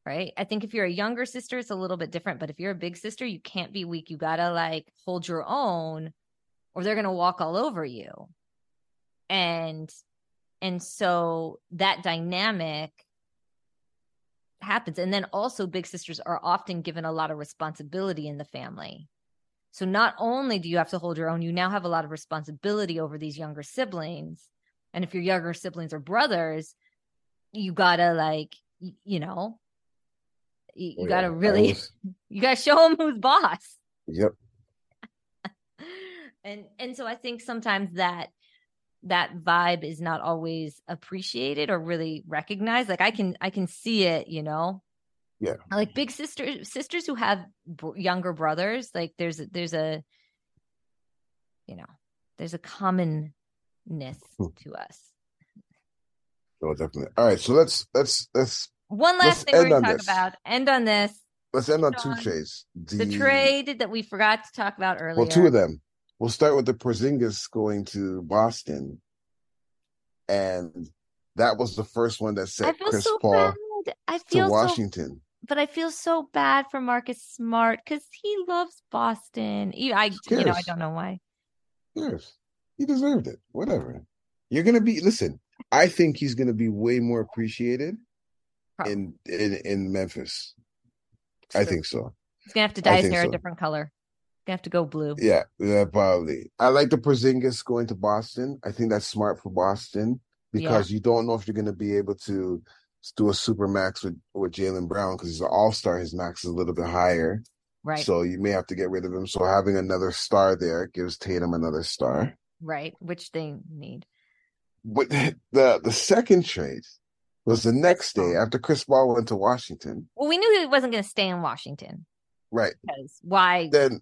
Speaker 1: Right. I think if you're a younger sister, it's a little bit different. But if you're a big sister, you can't be weak. You got to like hold your own or they're going to walk all over you and and so that dynamic happens and then also big sisters are often given a lot of responsibility in the family so not only do you have to hold your own you now have a lot of responsibility over these younger siblings And if your younger siblings are brothers, you gotta like, y- you know, you, you
Speaker 2: Oh, yeah.
Speaker 1: gotta
Speaker 2: I
Speaker 1: really,
Speaker 2: was-
Speaker 1: you gotta show them who's boss.
Speaker 2: yep.
Speaker 1: and and so i think sometimes that that vibe is not always appreciated or really recognized like i can i can see it you know
Speaker 2: Yeah.
Speaker 1: like big sister sisters who have br- younger brothers like there's a- there's a you know there's a commonness
Speaker 2: Hmm.
Speaker 1: to us
Speaker 2: Oh, definitely. All right. So let's let's let's
Speaker 1: one last
Speaker 2: Let's
Speaker 1: thing we're
Speaker 2: end
Speaker 1: going
Speaker 2: on
Speaker 1: to talk
Speaker 2: this.
Speaker 1: about end on this
Speaker 2: let's end on two
Speaker 1: Sean,
Speaker 2: trades.
Speaker 1: the trade that we forgot to talk about earlier
Speaker 2: Well, two of them. We'll start with the Porzingis going to Boston, and that was the first one that
Speaker 1: i
Speaker 2: sent
Speaker 1: feel
Speaker 2: Chris
Speaker 1: so
Speaker 2: Paul
Speaker 1: bad i
Speaker 2: to
Speaker 1: feel so
Speaker 2: Washington.
Speaker 1: but I feel so bad for Marcus Smart because he loves Boston. E- I, you know, I
Speaker 2: cares?
Speaker 1: don't know why.
Speaker 2: Yes, he deserved it. Whatever. You're gonna be. Listen, I think he's gonna be way more appreciated
Speaker 1: Probably.
Speaker 2: in in in Memphis. I
Speaker 1: True.
Speaker 2: think so.
Speaker 1: he's gonna have to
Speaker 2: I
Speaker 1: dye his
Speaker 2: think
Speaker 1: hair
Speaker 2: so.
Speaker 1: a different color. Gonna have to go blue.
Speaker 2: Yeah, yeah, probably. I like the Porzingis going to Boston. I think that's smart for Boston because you don't know if you're going to be able to do a super max with with Jalen Brown because he's an all star. His max is a little bit higher,
Speaker 1: Right,
Speaker 2: so you may have to get rid of him. So having another star there gives Tatum another star.
Speaker 1: right. Which they need.
Speaker 2: But the the second trade was the next day
Speaker 1: Paul.
Speaker 2: after Chris Paul went to Washington.
Speaker 1: Well, we knew he wasn't gonna stay in Washington
Speaker 2: Right
Speaker 1: because why?
Speaker 2: then,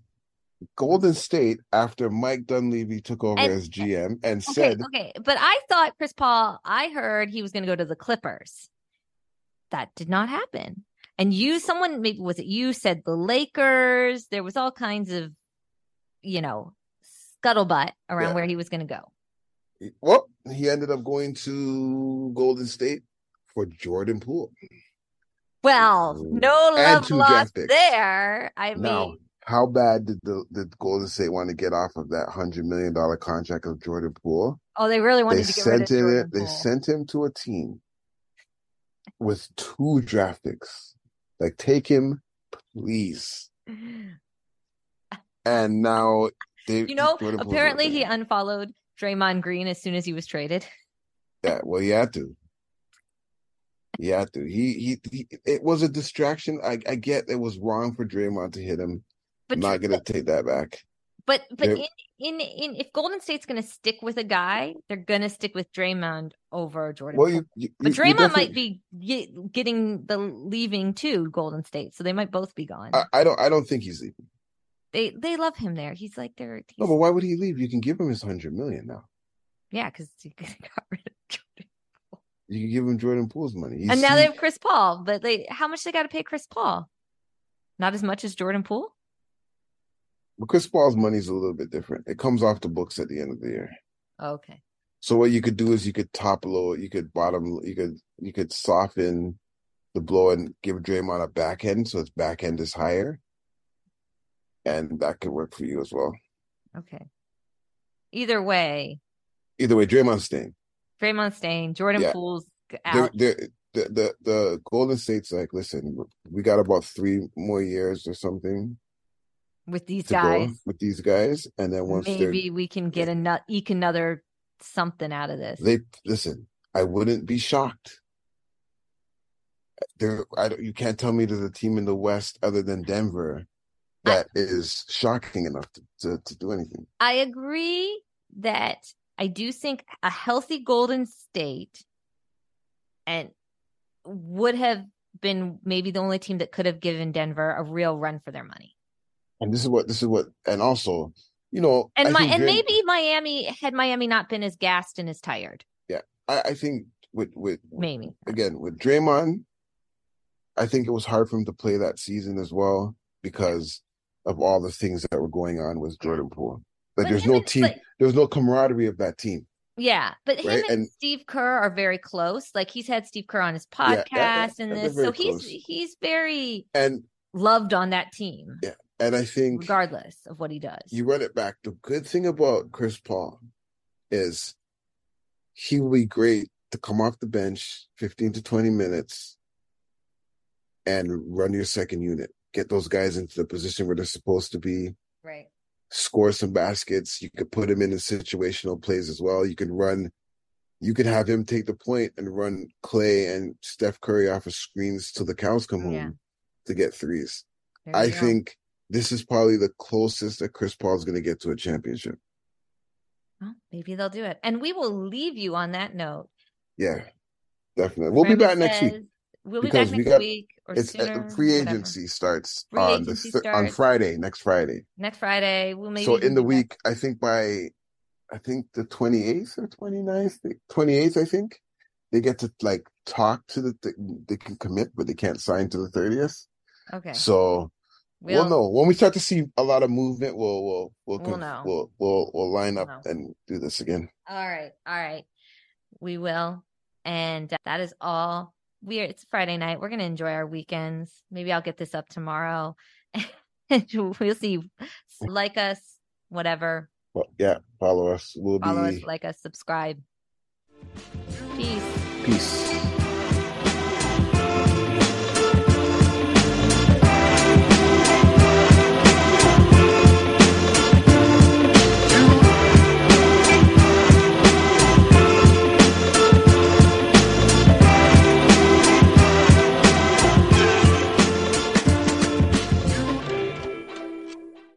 Speaker 2: Golden State after Mike Dunleavy took over
Speaker 1: And-
Speaker 2: as GM and
Speaker 1: Okay,
Speaker 2: said.
Speaker 1: okay. But I thought Chris Paul. I heard he was gonna go to the Clippers. That did not happen. And you, someone, maybe was it you, said the Lakers? There was all kinds of, you know, scuttlebutt around
Speaker 2: Yeah.
Speaker 1: where he was going to go.
Speaker 2: Well, he ended up going to Golden State for Jordan Poole.
Speaker 1: Well,
Speaker 2: Ooh.
Speaker 1: no
Speaker 2: And
Speaker 1: love
Speaker 2: two
Speaker 1: lost
Speaker 2: draft picks.
Speaker 1: there. I mean,
Speaker 2: Now, how bad did the did Golden State want to get off of that hundred million dollar contract of Jordan Poole?
Speaker 1: oh, they really wanted
Speaker 2: They
Speaker 1: to get rid of
Speaker 2: sent it.
Speaker 1: Jordan
Speaker 2: They
Speaker 1: Poole.
Speaker 2: sent him to a team with two draft picks. Like, take him, please. And now they.
Speaker 1: you know,
Speaker 2: Jordan Poole's not
Speaker 1: apparently he
Speaker 2: there.
Speaker 1: unfollowed Draymond Green as soon as he was traded.
Speaker 2: Yeah, well, you had to. You had to. He, he he. It was a distraction. I I get it was wrong for Draymond to hit him.
Speaker 1: But
Speaker 2: I'm not gonna take that back.
Speaker 1: but but
Speaker 2: They're-
Speaker 1: in, in in if Golden State's going to stick with a guy, they're going to stick with Draymond over Jordan.
Speaker 2: Well,
Speaker 1: Poole.
Speaker 2: you, you
Speaker 1: but
Speaker 2: you- you
Speaker 1: Draymond
Speaker 2: definitely-
Speaker 1: might be ge- getting the leaving too Golden State, so they might both be gone.
Speaker 2: I, I don't. I don't think he's leaving.
Speaker 1: they they love him there. He's like their he's,
Speaker 2: No, but why would he leave? You can give him his hundred million now.
Speaker 1: yeah, because he got rid of Jordan.
Speaker 2: You can give him Jordan Poole's money. You
Speaker 1: and now
Speaker 2: see-
Speaker 1: they have Chris Paul, but they how much they got to pay Chris Paul? Not as much as Jordan Poole.
Speaker 2: but Chris Paul's money is a little bit different. It comes off the books at the end of the year.
Speaker 1: Oh, Okay,
Speaker 2: So what you could do is you could top load, you could bottom, you could you could soften the blow and give Draymond a back end, so its back end is higher, and that could work for you as well.
Speaker 1: okay. Either way,
Speaker 2: Either way, Draymond's staying.
Speaker 1: Draymond staying, Jordan
Speaker 2: Yeah.
Speaker 1: Poole's g-
Speaker 2: they're,
Speaker 1: out.
Speaker 2: they're, the the the Golden State's like, listen, we got about three more years or something
Speaker 1: with these
Speaker 2: to
Speaker 1: guys.
Speaker 2: go with these guys, and then once
Speaker 1: Maybe we can get another eke another something out of this.
Speaker 2: they're they listen, I wouldn't be shocked. There, I don't, you can't tell me there's a team in the West other than Denver that is shocking enough to, to, to do anything.
Speaker 1: I agree that I do think a healthy Golden State and would have been maybe the only team that could have given Denver a real run for their money.
Speaker 2: And this is what this is what, and also, you know,
Speaker 1: And
Speaker 2: I
Speaker 1: my
Speaker 2: think
Speaker 1: and
Speaker 2: Dray-
Speaker 1: maybe Miami had Miami not been as gassed and as tired.
Speaker 2: I, I think with with
Speaker 1: Maybe.
Speaker 2: again with Draymond, I think it was hard for him to play that season as well because of all the things that were going on with Jordan Poole. Like
Speaker 1: But
Speaker 2: there's
Speaker 1: him
Speaker 2: no
Speaker 1: and-
Speaker 2: team,
Speaker 1: but-
Speaker 2: there's no camaraderie of that team.
Speaker 1: yeah, but him
Speaker 2: Right,
Speaker 1: and,
Speaker 2: and-
Speaker 1: Steve Kerr are very close. Like he's had Steve Kerr on his
Speaker 2: Yeah,
Speaker 1: podcast
Speaker 2: yeah, yeah,
Speaker 1: and
Speaker 2: they're
Speaker 1: this,
Speaker 2: very
Speaker 1: so he's
Speaker 2: close.
Speaker 1: he's very
Speaker 2: And
Speaker 1: loved on that team,
Speaker 2: Yeah, and I think
Speaker 1: regardless of what he does.
Speaker 2: you run it back. The good thing about Chris Paul is he will be great to come off the bench 15 to 20 minutes and run your second unit. Get those guys into the position where they're supposed to be.
Speaker 1: right.
Speaker 2: score some baskets. You could put him in in situational plays as well. You can run you could have him take the point and run Clay and Steph Curry off of screens till the cows come home
Speaker 1: Yeah.
Speaker 2: to get threes.
Speaker 1: There
Speaker 2: I
Speaker 1: you go.
Speaker 2: think this is probably the closest that Chris Paul is going to get to a championship.
Speaker 1: Well, maybe they'll do it. And we will leave you on that note.
Speaker 2: Yeah, definitely. We'll be
Speaker 1: Brenda
Speaker 2: back next week.
Speaker 1: says- We'll be
Speaker 2: because
Speaker 1: back
Speaker 2: we
Speaker 1: next
Speaker 2: got-
Speaker 1: week or
Speaker 2: It's uh,
Speaker 1: sooner.
Speaker 2: free
Speaker 1: whatever.
Speaker 2: agency starts
Speaker 1: Free
Speaker 2: on the
Speaker 1: agency
Speaker 2: thir- on
Speaker 1: starts.
Speaker 2: Friday next Friday.
Speaker 1: next Friday. We'll maybe
Speaker 2: so in
Speaker 1: even
Speaker 2: the
Speaker 1: be back.
Speaker 2: week, I think by, I think the twenty eighth or 29th, twenty eighth, I think they get to like talk to the th- they can commit, but they can't sign to the thirtieth.
Speaker 1: Okay.
Speaker 2: So we'll,
Speaker 1: We'll-
Speaker 2: know when we start to see a lot of movement. We'll we'll we'll
Speaker 1: We'll know.
Speaker 2: we'll, we'll we'll line up
Speaker 1: We'll know.
Speaker 2: and do this again.
Speaker 1: All right. All right. We will. And uh, that is all. We are, it's Friday night. We're going to enjoy our weekends. Maybe I'll get this up tomorrow. we'll see. Like us, whatever.
Speaker 2: Well, yeah, follow us. We'll
Speaker 1: Follow
Speaker 2: be
Speaker 1: us, like us, subscribe. Peace.
Speaker 2: peace.